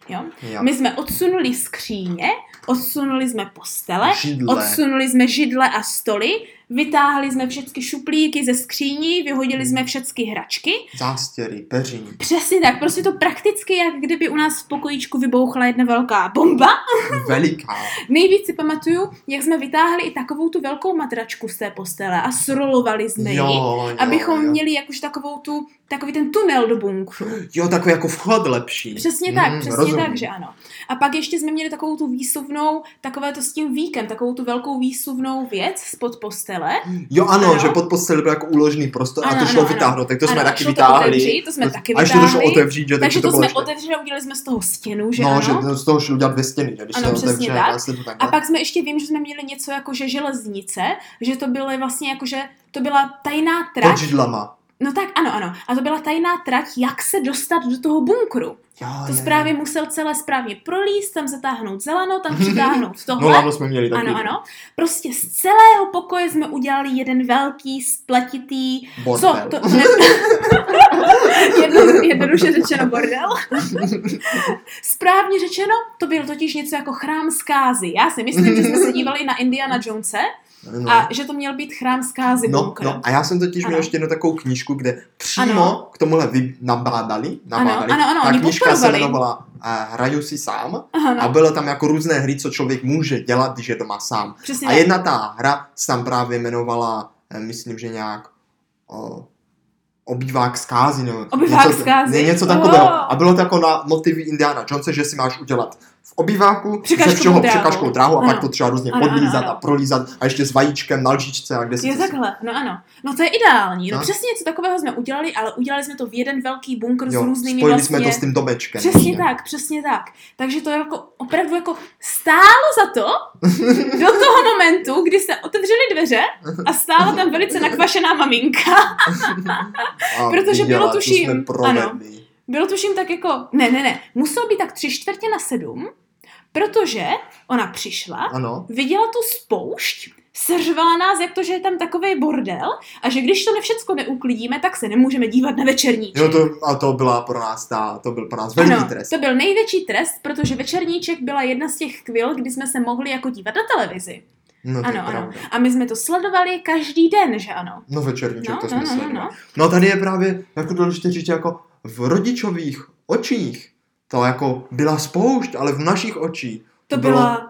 [SPEAKER 1] Jo?
[SPEAKER 2] Jo.
[SPEAKER 1] My jsme odsunuli skříně, odsunuli jsme postele,
[SPEAKER 2] Židle.
[SPEAKER 1] odsunuli jsme židle a stoly, vytáhli jsme všechny šuplíky ze skříní, vyhodili jsme všechny hračky.
[SPEAKER 2] Zástěry, peřiny,
[SPEAKER 1] Přesně tak, prostě to prakticky, jak kdyby u nás v pokojíčku vybouchla jedna velká bomba.
[SPEAKER 2] veliká.
[SPEAKER 1] Nejvíc si pamatuju, jak jsme vytáhli i takovou tu velkou matračku z té postele a srolovali jsme ji.
[SPEAKER 2] Jo, jo,
[SPEAKER 1] Abychom
[SPEAKER 2] jo.
[SPEAKER 1] měli jakož takovou tu, takový ten tunel do bunkru.
[SPEAKER 2] Jo, takový jako vchod lepší.
[SPEAKER 1] Přesně tak,
[SPEAKER 2] Mm,
[SPEAKER 1] přesně
[SPEAKER 2] rozumím.
[SPEAKER 1] tak, že ano. A pak ještě jsme měli takovou tu výsuvnou, takové to s tím víkem, takovou tu velkou výsuvnou věc spod postele.
[SPEAKER 2] Jo, ano,
[SPEAKER 1] Ano.
[SPEAKER 2] že pod postel byl jako úložný prostor
[SPEAKER 1] Ano,
[SPEAKER 2] a to šlo
[SPEAKER 1] ano, ano.
[SPEAKER 2] vytáhnout, tak to
[SPEAKER 1] Ano,
[SPEAKER 2] jsme taky
[SPEAKER 1] šlo to
[SPEAKER 2] vytáhli.
[SPEAKER 1] otevřít, to jsme taky
[SPEAKER 2] Až to došlo
[SPEAKER 1] vytáhli.
[SPEAKER 2] otevřít, že
[SPEAKER 1] Takže
[SPEAKER 2] takže
[SPEAKER 1] to,
[SPEAKER 2] bylo
[SPEAKER 1] jsme
[SPEAKER 2] ještě-
[SPEAKER 1] otevřeli a udělali jsme z toho stěnu, že
[SPEAKER 2] no,
[SPEAKER 1] ano?
[SPEAKER 2] že z toho šlo udělat dvě stěny, že když
[SPEAKER 1] Ano,
[SPEAKER 2] se
[SPEAKER 1] přesně
[SPEAKER 2] otevře,
[SPEAKER 1] tak.
[SPEAKER 2] se to
[SPEAKER 1] A
[SPEAKER 2] takhle.
[SPEAKER 1] pak jsme ještě vím, že jsme měli něco jako že železnice, že to byly vlastně jako že to byla tajná
[SPEAKER 2] Pod
[SPEAKER 1] trať.
[SPEAKER 2] židlama.
[SPEAKER 1] No tak ano, ano. A to byla tajná trať, jak se dostat do toho bunkru.
[SPEAKER 2] Jo,
[SPEAKER 1] To
[SPEAKER 2] jo, jo.
[SPEAKER 1] správně musel celé správně prolíst, tam zatáhnout zeleno, tam
[SPEAKER 2] *laughs*
[SPEAKER 1] přitáhnout
[SPEAKER 2] No,
[SPEAKER 1] tohle.
[SPEAKER 2] lano jsme měli taky.
[SPEAKER 1] Ano, ano. Prostě z celého pokoje jsme udělali jeden velký, spletitý... Co?
[SPEAKER 2] Bordel.
[SPEAKER 1] To, to ne... *laughs* Jedno, jednoduše řečeno bordel. *laughs* Správně řečeno, to byl totiž něco jako chrám zkázy. Já si myslím, že jsme
[SPEAKER 2] *laughs*
[SPEAKER 1] se dívali na Indiana Jonese
[SPEAKER 2] No.
[SPEAKER 1] a že to měl být chrám zkázy
[SPEAKER 2] No,
[SPEAKER 1] bunkr.
[SPEAKER 2] no, a já jsem totiž
[SPEAKER 1] Ano.
[SPEAKER 2] měl ještě jednu takovou knížku, kde přímo
[SPEAKER 1] Ano.
[SPEAKER 2] k tomuhle vy nabádali. nabádali.
[SPEAKER 1] ano, ano,
[SPEAKER 2] Ta
[SPEAKER 1] oni
[SPEAKER 2] knížka se
[SPEAKER 1] podporovali.
[SPEAKER 2] jmenovala uh, Hraju si sám a
[SPEAKER 1] Ano,
[SPEAKER 2] bylo tam jako různé hry, co člověk může dělat, když je doma sám.
[SPEAKER 1] přesně
[SPEAKER 2] A
[SPEAKER 1] tak.
[SPEAKER 2] jedna ta hra se tam právě jmenovala, eh, myslím, že nějak o, obývák zkázy. Nebo
[SPEAKER 1] Obývák
[SPEAKER 2] něco,
[SPEAKER 1] zkázy.
[SPEAKER 2] Ne, něco
[SPEAKER 1] Wow.
[SPEAKER 2] takového. A bylo to jako na motivy Indiana Jonese, že si máš udělat v obýváku
[SPEAKER 1] Překážkovou
[SPEAKER 2] ze všeho
[SPEAKER 1] dráhu.
[SPEAKER 2] překážkou dráhu a
[SPEAKER 1] Ano.
[SPEAKER 2] pak to třeba různě
[SPEAKER 1] Ano, ano,
[SPEAKER 2] podlízat
[SPEAKER 1] ano.
[SPEAKER 2] a prolízat a ještě s vajíčkem na lžičce a kde si
[SPEAKER 1] Jo,
[SPEAKER 2] to-
[SPEAKER 1] takhle, no ano. No to je ideální. No,
[SPEAKER 2] No.
[SPEAKER 1] přesně něco takového jsme udělali, ale udělali jsme to v jeden velký bunkr s různými
[SPEAKER 2] spojili
[SPEAKER 1] vlastně...
[SPEAKER 2] jsme to s tím domečkem.
[SPEAKER 1] Přesně tak, přesně tak. Takže to je jako opravdu jako stálo za
[SPEAKER 2] *laughs*
[SPEAKER 1] to do toho momentu, kdy se otevřely dveře a stála tam velice nakvašená maminka.
[SPEAKER 2] A
[SPEAKER 1] protože bylo
[SPEAKER 2] viděla, co
[SPEAKER 1] tuším-
[SPEAKER 2] jsme
[SPEAKER 1] ano.
[SPEAKER 2] provedli.
[SPEAKER 1] Bylo tuším tak jako, ne, ne, ne, muselo být tak tři čtvrtě na sedm, protože ona přišla,
[SPEAKER 2] Ano.
[SPEAKER 1] viděla tu spoušť, seřvala nás, jak to, že je tam takový bordel a že když to ne všecko neuklidíme, tak se nemůžeme dívat na večerníček.
[SPEAKER 2] Jo, to, a to byla pro nás ta, to byl pro nás velký
[SPEAKER 1] ano,
[SPEAKER 2] trest.
[SPEAKER 1] to byl největší trest, protože Večerníček byla jedna z těch chvil, kdy jsme se mohli jako dívat na televizi.
[SPEAKER 2] No, to je
[SPEAKER 1] ano, ano.
[SPEAKER 2] pravda.
[SPEAKER 1] A my jsme to sledovali každý den, že ano.
[SPEAKER 2] No večerníček,
[SPEAKER 1] No,
[SPEAKER 2] to
[SPEAKER 1] no,
[SPEAKER 2] jsme
[SPEAKER 1] no, no,
[SPEAKER 2] sledovali.
[SPEAKER 1] no.
[SPEAKER 2] No tady je právě jako důležité říct, jako v rodičových očích to jako byla spoušť, ale v našich očích
[SPEAKER 1] To
[SPEAKER 2] bylo-
[SPEAKER 1] byla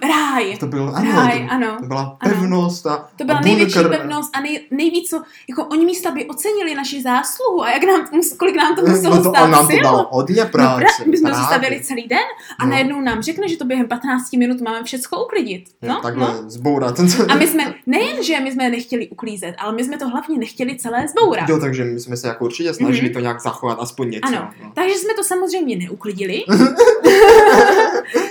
[SPEAKER 1] P- ráj.
[SPEAKER 2] To byl, ano,
[SPEAKER 1] Ráj,
[SPEAKER 2] to,
[SPEAKER 1] ano.
[SPEAKER 2] to byla pevnost a
[SPEAKER 1] To byla
[SPEAKER 2] a
[SPEAKER 1] největší
[SPEAKER 2] bunkr.
[SPEAKER 1] pevnost a nej, nejvíc, co, jako oni místa by ocenili naši zásluhu a jak nám, mus- kolik nám to muselo
[SPEAKER 2] No to,
[SPEAKER 1] stát
[SPEAKER 2] a nám to
[SPEAKER 1] sil.
[SPEAKER 2] dalo hodně práce.
[SPEAKER 1] no, pra- my jsme to
[SPEAKER 2] právě.
[SPEAKER 1] stavili celý den a
[SPEAKER 2] No.
[SPEAKER 1] najednou nám řekne, že to během 15 minut máme všecko uklidit.
[SPEAKER 2] Jo,
[SPEAKER 1] No, no.
[SPEAKER 2] takhle zbourat. Ten,
[SPEAKER 1] A my jsme, nejen, že my jsme nechtěli uklízet, ale my jsme to hlavně nechtěli celé zbourat. Mhm.
[SPEAKER 2] Jo, takže my jsme se jako určitě snažili to nějak zachovat, aspoň něco.
[SPEAKER 1] Ano.
[SPEAKER 2] no.
[SPEAKER 1] Takže jsme to samozřejmě neuklidili.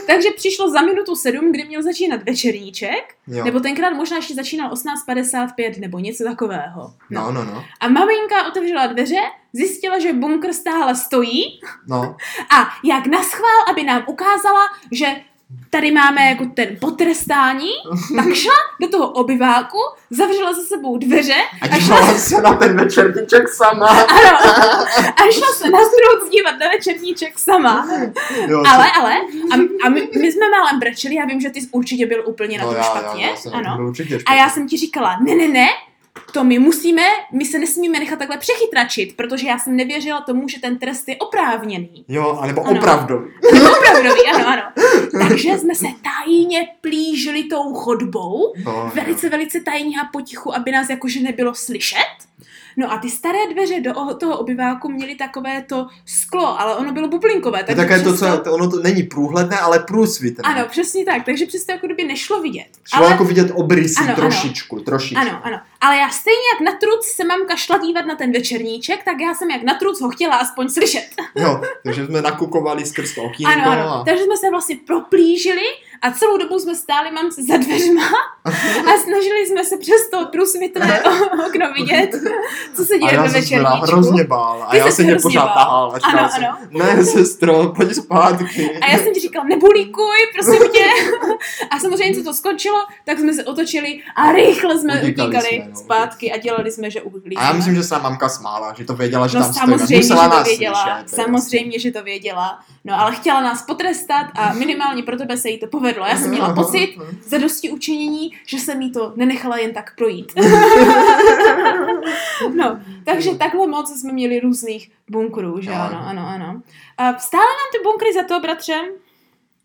[SPEAKER 1] Takže přišlo za minutu sedm, kdy měl začínat večerníček,
[SPEAKER 2] Jo.
[SPEAKER 1] nebo tenkrát možná ještě začínal 18.55 nebo něco takového.
[SPEAKER 2] No, no, no.
[SPEAKER 1] A maminka otevřela dveře, zjistila, že bunkr stále stojí
[SPEAKER 2] no.
[SPEAKER 1] a jak naschvál, aby nám ukázala, že tady máme jako ten potrestání, tak šla do toho obyváku, zavřela za sebou dveře,
[SPEAKER 2] A
[SPEAKER 1] A
[SPEAKER 2] dívala se na ten
[SPEAKER 1] *laughs*
[SPEAKER 2] večerníček sama.
[SPEAKER 1] ano, a šla se na zrůd dívat na večerníček sama.
[SPEAKER 2] Jo, *laughs*
[SPEAKER 1] Ale, ale, a, a my, my jsme málem brečeli, já vím, že ty jsi určitě byl úplně na tom špatně,
[SPEAKER 2] no, jsem
[SPEAKER 1] ano.
[SPEAKER 2] byl určitě
[SPEAKER 1] A
[SPEAKER 2] špatně.
[SPEAKER 1] já jsem ti říkala, ne, ne, ne, to my musíme, my se nesmíme nechat takhle přechytračit, protože já jsem nevěřila tomu, že ten trest je oprávněný. *laughs*
[SPEAKER 2] Jo, anebo
[SPEAKER 1] Ano. *laughs*
[SPEAKER 2] opravdu.
[SPEAKER 1] Opravdový, ano, ano. Takže jsme se tajně plížili tou chodbou,
[SPEAKER 2] No,
[SPEAKER 1] velice, velice tajně a potichu, aby nás jakože nebylo slyšet. No a ty staré dveře do o- toho obyváku měly takové to sklo, ale ono bylo bublinkové.
[SPEAKER 2] To jako je
[SPEAKER 1] takže
[SPEAKER 2] také to,
[SPEAKER 1] přesto-
[SPEAKER 2] co, to, ono to není průhledné, ale průsvitné.
[SPEAKER 1] Ano, přesně tak, takže přesto jako kdyby nešlo vidět.
[SPEAKER 2] Šlo jako vidět obrysy
[SPEAKER 1] Ano, ano.
[SPEAKER 2] trošičku, trošičku.
[SPEAKER 1] Ano, ano. Ale já stejně jak na truc se mamka šla dívat na ten večerníček, tak já jsem jak na truc ho chtěla aspoň slyšet.
[SPEAKER 2] Jo, takže jsme nakukovali skrz to okýnko
[SPEAKER 1] ano, ano.
[SPEAKER 2] a
[SPEAKER 1] Takže jsme se vlastně proplížili a celou dobu jsme stáli mamce za
[SPEAKER 2] *laughs*
[SPEAKER 1] dveřma a snažili jsme se přes to průsvitné o- okno vidět, co se
[SPEAKER 2] a
[SPEAKER 1] děje
[SPEAKER 2] já
[SPEAKER 1] do
[SPEAKER 2] jsem se teda
[SPEAKER 1] večerníčku.
[SPEAKER 2] hrozně bál a
[SPEAKER 1] Ty
[SPEAKER 2] já
[SPEAKER 1] jsi
[SPEAKER 2] jsem mě
[SPEAKER 1] hrozně
[SPEAKER 2] pořád
[SPEAKER 1] bál.
[SPEAKER 2] tahal a říkal
[SPEAKER 1] Ano,
[SPEAKER 2] jsem,
[SPEAKER 1] ano.
[SPEAKER 2] ne sestro, pojď zpátky.
[SPEAKER 1] A já jsem ti říkal, nebulíkuj, prosím tě. *laughs* A samozřejmě, co to skončilo, tak jsme se otočili a rychle jsme
[SPEAKER 2] Utíkali
[SPEAKER 1] utíkali,
[SPEAKER 2] jsme, no.
[SPEAKER 1] zpátky a dělali jsme, že uhlížíme.
[SPEAKER 2] A já myslím, že se mamka smála, že to věděla, že
[SPEAKER 1] No
[SPEAKER 2] tam
[SPEAKER 1] samozřejmě, že
[SPEAKER 2] stojíme.
[SPEAKER 1] to věděla.
[SPEAKER 2] slyšet, jako. to je
[SPEAKER 1] samozřejmě, že to věděla. No ale chtěla nás potrestat a minimálně pro tebe se jí to povedlo. Já jsem měla pocit za dosti učinění, že jsem jí to nenechala jen tak projít. *laughs* no, takže takhle moc jsme měli různých bunkrů, že
[SPEAKER 2] Jo.
[SPEAKER 1] ano, ano, ano. A stále nám ty bunkry za to, bratře? *laughs*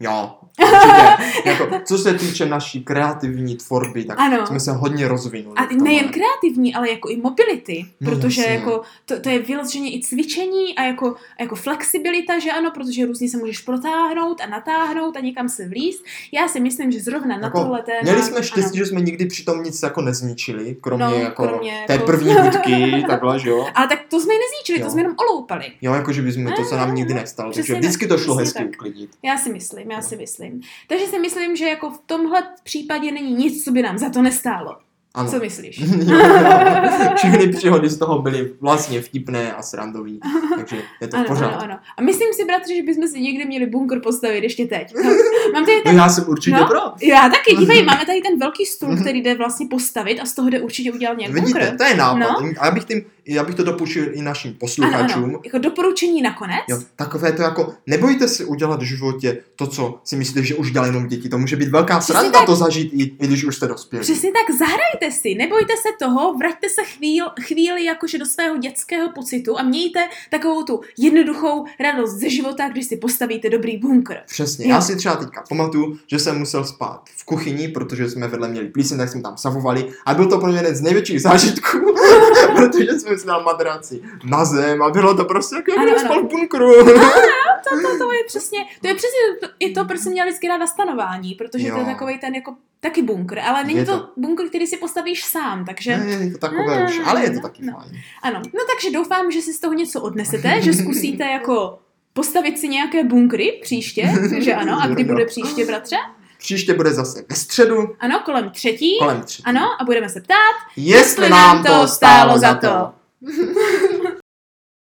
[SPEAKER 2] Jo, určitě. jako, co se týče naší kreativní tvorby, tak
[SPEAKER 1] Ano.
[SPEAKER 2] jsme se hodně rozvinuli.
[SPEAKER 1] A
[SPEAKER 2] v tomhle.
[SPEAKER 1] nejen kreativní, ale jako i mobility,
[SPEAKER 2] Jako No,
[SPEAKER 1] protože
[SPEAKER 2] jasně.
[SPEAKER 1] jako to, to je vyloženě i cvičení a jako, a jako flexibilita, že ano, protože různě se můžeš protáhnout a natáhnout a někam se vlíst. Já si myslím, že zrovna na
[SPEAKER 2] Jako,
[SPEAKER 1] tohle téma...
[SPEAKER 2] Měli jsme štěstí, že jsme nikdy přitom nic jako nezničili, kromě,
[SPEAKER 1] No,
[SPEAKER 2] jako
[SPEAKER 1] kromě
[SPEAKER 2] té
[SPEAKER 1] jako- *laughs*
[SPEAKER 2] první hudky, takhle, že jo?
[SPEAKER 1] Ano. Ale tak to jsme i nezničili,
[SPEAKER 2] Jo.
[SPEAKER 1] to jsme jenom oloupali.
[SPEAKER 2] Jo, jakože bychom, to se nám nikdy nestalo,
[SPEAKER 1] no, Přesně
[SPEAKER 2] takže
[SPEAKER 1] tak,
[SPEAKER 2] vždycky to šlo
[SPEAKER 1] přesně
[SPEAKER 2] hezky
[SPEAKER 1] tak.
[SPEAKER 2] uklidit.
[SPEAKER 1] Já si myslím, já
[SPEAKER 2] No.
[SPEAKER 1] si myslím. Takže si myslím, že jako v tomhle případě není nic, co by nám za to nestálo.
[SPEAKER 2] Ano. *laughs* Mhm.
[SPEAKER 1] Co myslíš? *laughs*
[SPEAKER 2] Jo, jo. Všechny příhody z toho byly vlastně vtipné a srandový, takže je to v
[SPEAKER 1] Ano,
[SPEAKER 2] pořádku.
[SPEAKER 1] ano, ano. A myslím si, bratře, že bychom si někdy měli bunkr postavit ještě teď. *laughs* Mám tady
[SPEAKER 2] No já jsem určitě
[SPEAKER 1] No,
[SPEAKER 2] pro. Mhm.
[SPEAKER 1] Já taky, dívej, máme tady ten velký stůl, který jde vlastně postavit a z toho jde určitě udělat nějakou
[SPEAKER 2] Vidíte,
[SPEAKER 1] krv.
[SPEAKER 2] to je nápad.
[SPEAKER 1] No.
[SPEAKER 2] A já bych, tím, já bych to dopušil i našim
[SPEAKER 1] Ano,
[SPEAKER 2] posluchačům.
[SPEAKER 1] ano. Jako doporučení nakonec.
[SPEAKER 2] Jo, takové to jako, nebojte si udělat v životě to, co si myslíte, že už dělali jenom děti. To může být velká
[SPEAKER 1] Přesně
[SPEAKER 2] sranda
[SPEAKER 1] tak.
[SPEAKER 2] to zažít, i, i když už jste dospělí.
[SPEAKER 1] Přesně tak, zahrajte si, nebojte se toho, vraťte se chvíl, chvíli jakože do svého dětského pocitu a mějte takovou tu jednoduchou radost ze života, když si postavíte dobrý bunkr.
[SPEAKER 2] Přesně.
[SPEAKER 1] Jo.
[SPEAKER 2] Já si třeba teďka pamatuju, že jsem musel spát v kuchyni, protože jsme vedle měli plíseň, tak jsme tam savovali. A byl to pro mě jeden z největších zážitků, *laughs* protože jsme si dal matraci na zem a bylo to prostě jako
[SPEAKER 1] Ano,
[SPEAKER 2] kdybych
[SPEAKER 1] ano.
[SPEAKER 2] spal v bunkru.
[SPEAKER 1] To, to, to je přesně, to je přesně to, i to, proč jsem měla vždycky ráda stanování, protože jo. to
[SPEAKER 2] Jo.
[SPEAKER 1] je takový ten jako taky bunkr, ale není
[SPEAKER 2] Je
[SPEAKER 1] to,
[SPEAKER 2] to.
[SPEAKER 1] bunkr, který si postavíš sám, takže...
[SPEAKER 2] Ne, je to takové
[SPEAKER 1] Ne, ne,
[SPEAKER 2] už,
[SPEAKER 1] ne,
[SPEAKER 2] ale je to
[SPEAKER 1] ne,
[SPEAKER 2] taky
[SPEAKER 1] no.
[SPEAKER 2] fajn.
[SPEAKER 1] Ano, no takže doufám, že si z toho něco odnesete, že zkusíte jako postavit si nějaké bunkry příště, že ano, a kdy bude příště, bratře?
[SPEAKER 2] Příště bude zase ve středu
[SPEAKER 1] Ano, kolem třetí.
[SPEAKER 2] kolem tři.
[SPEAKER 1] Ano, a budeme se ptát,
[SPEAKER 2] Jestli nám to stálo za to.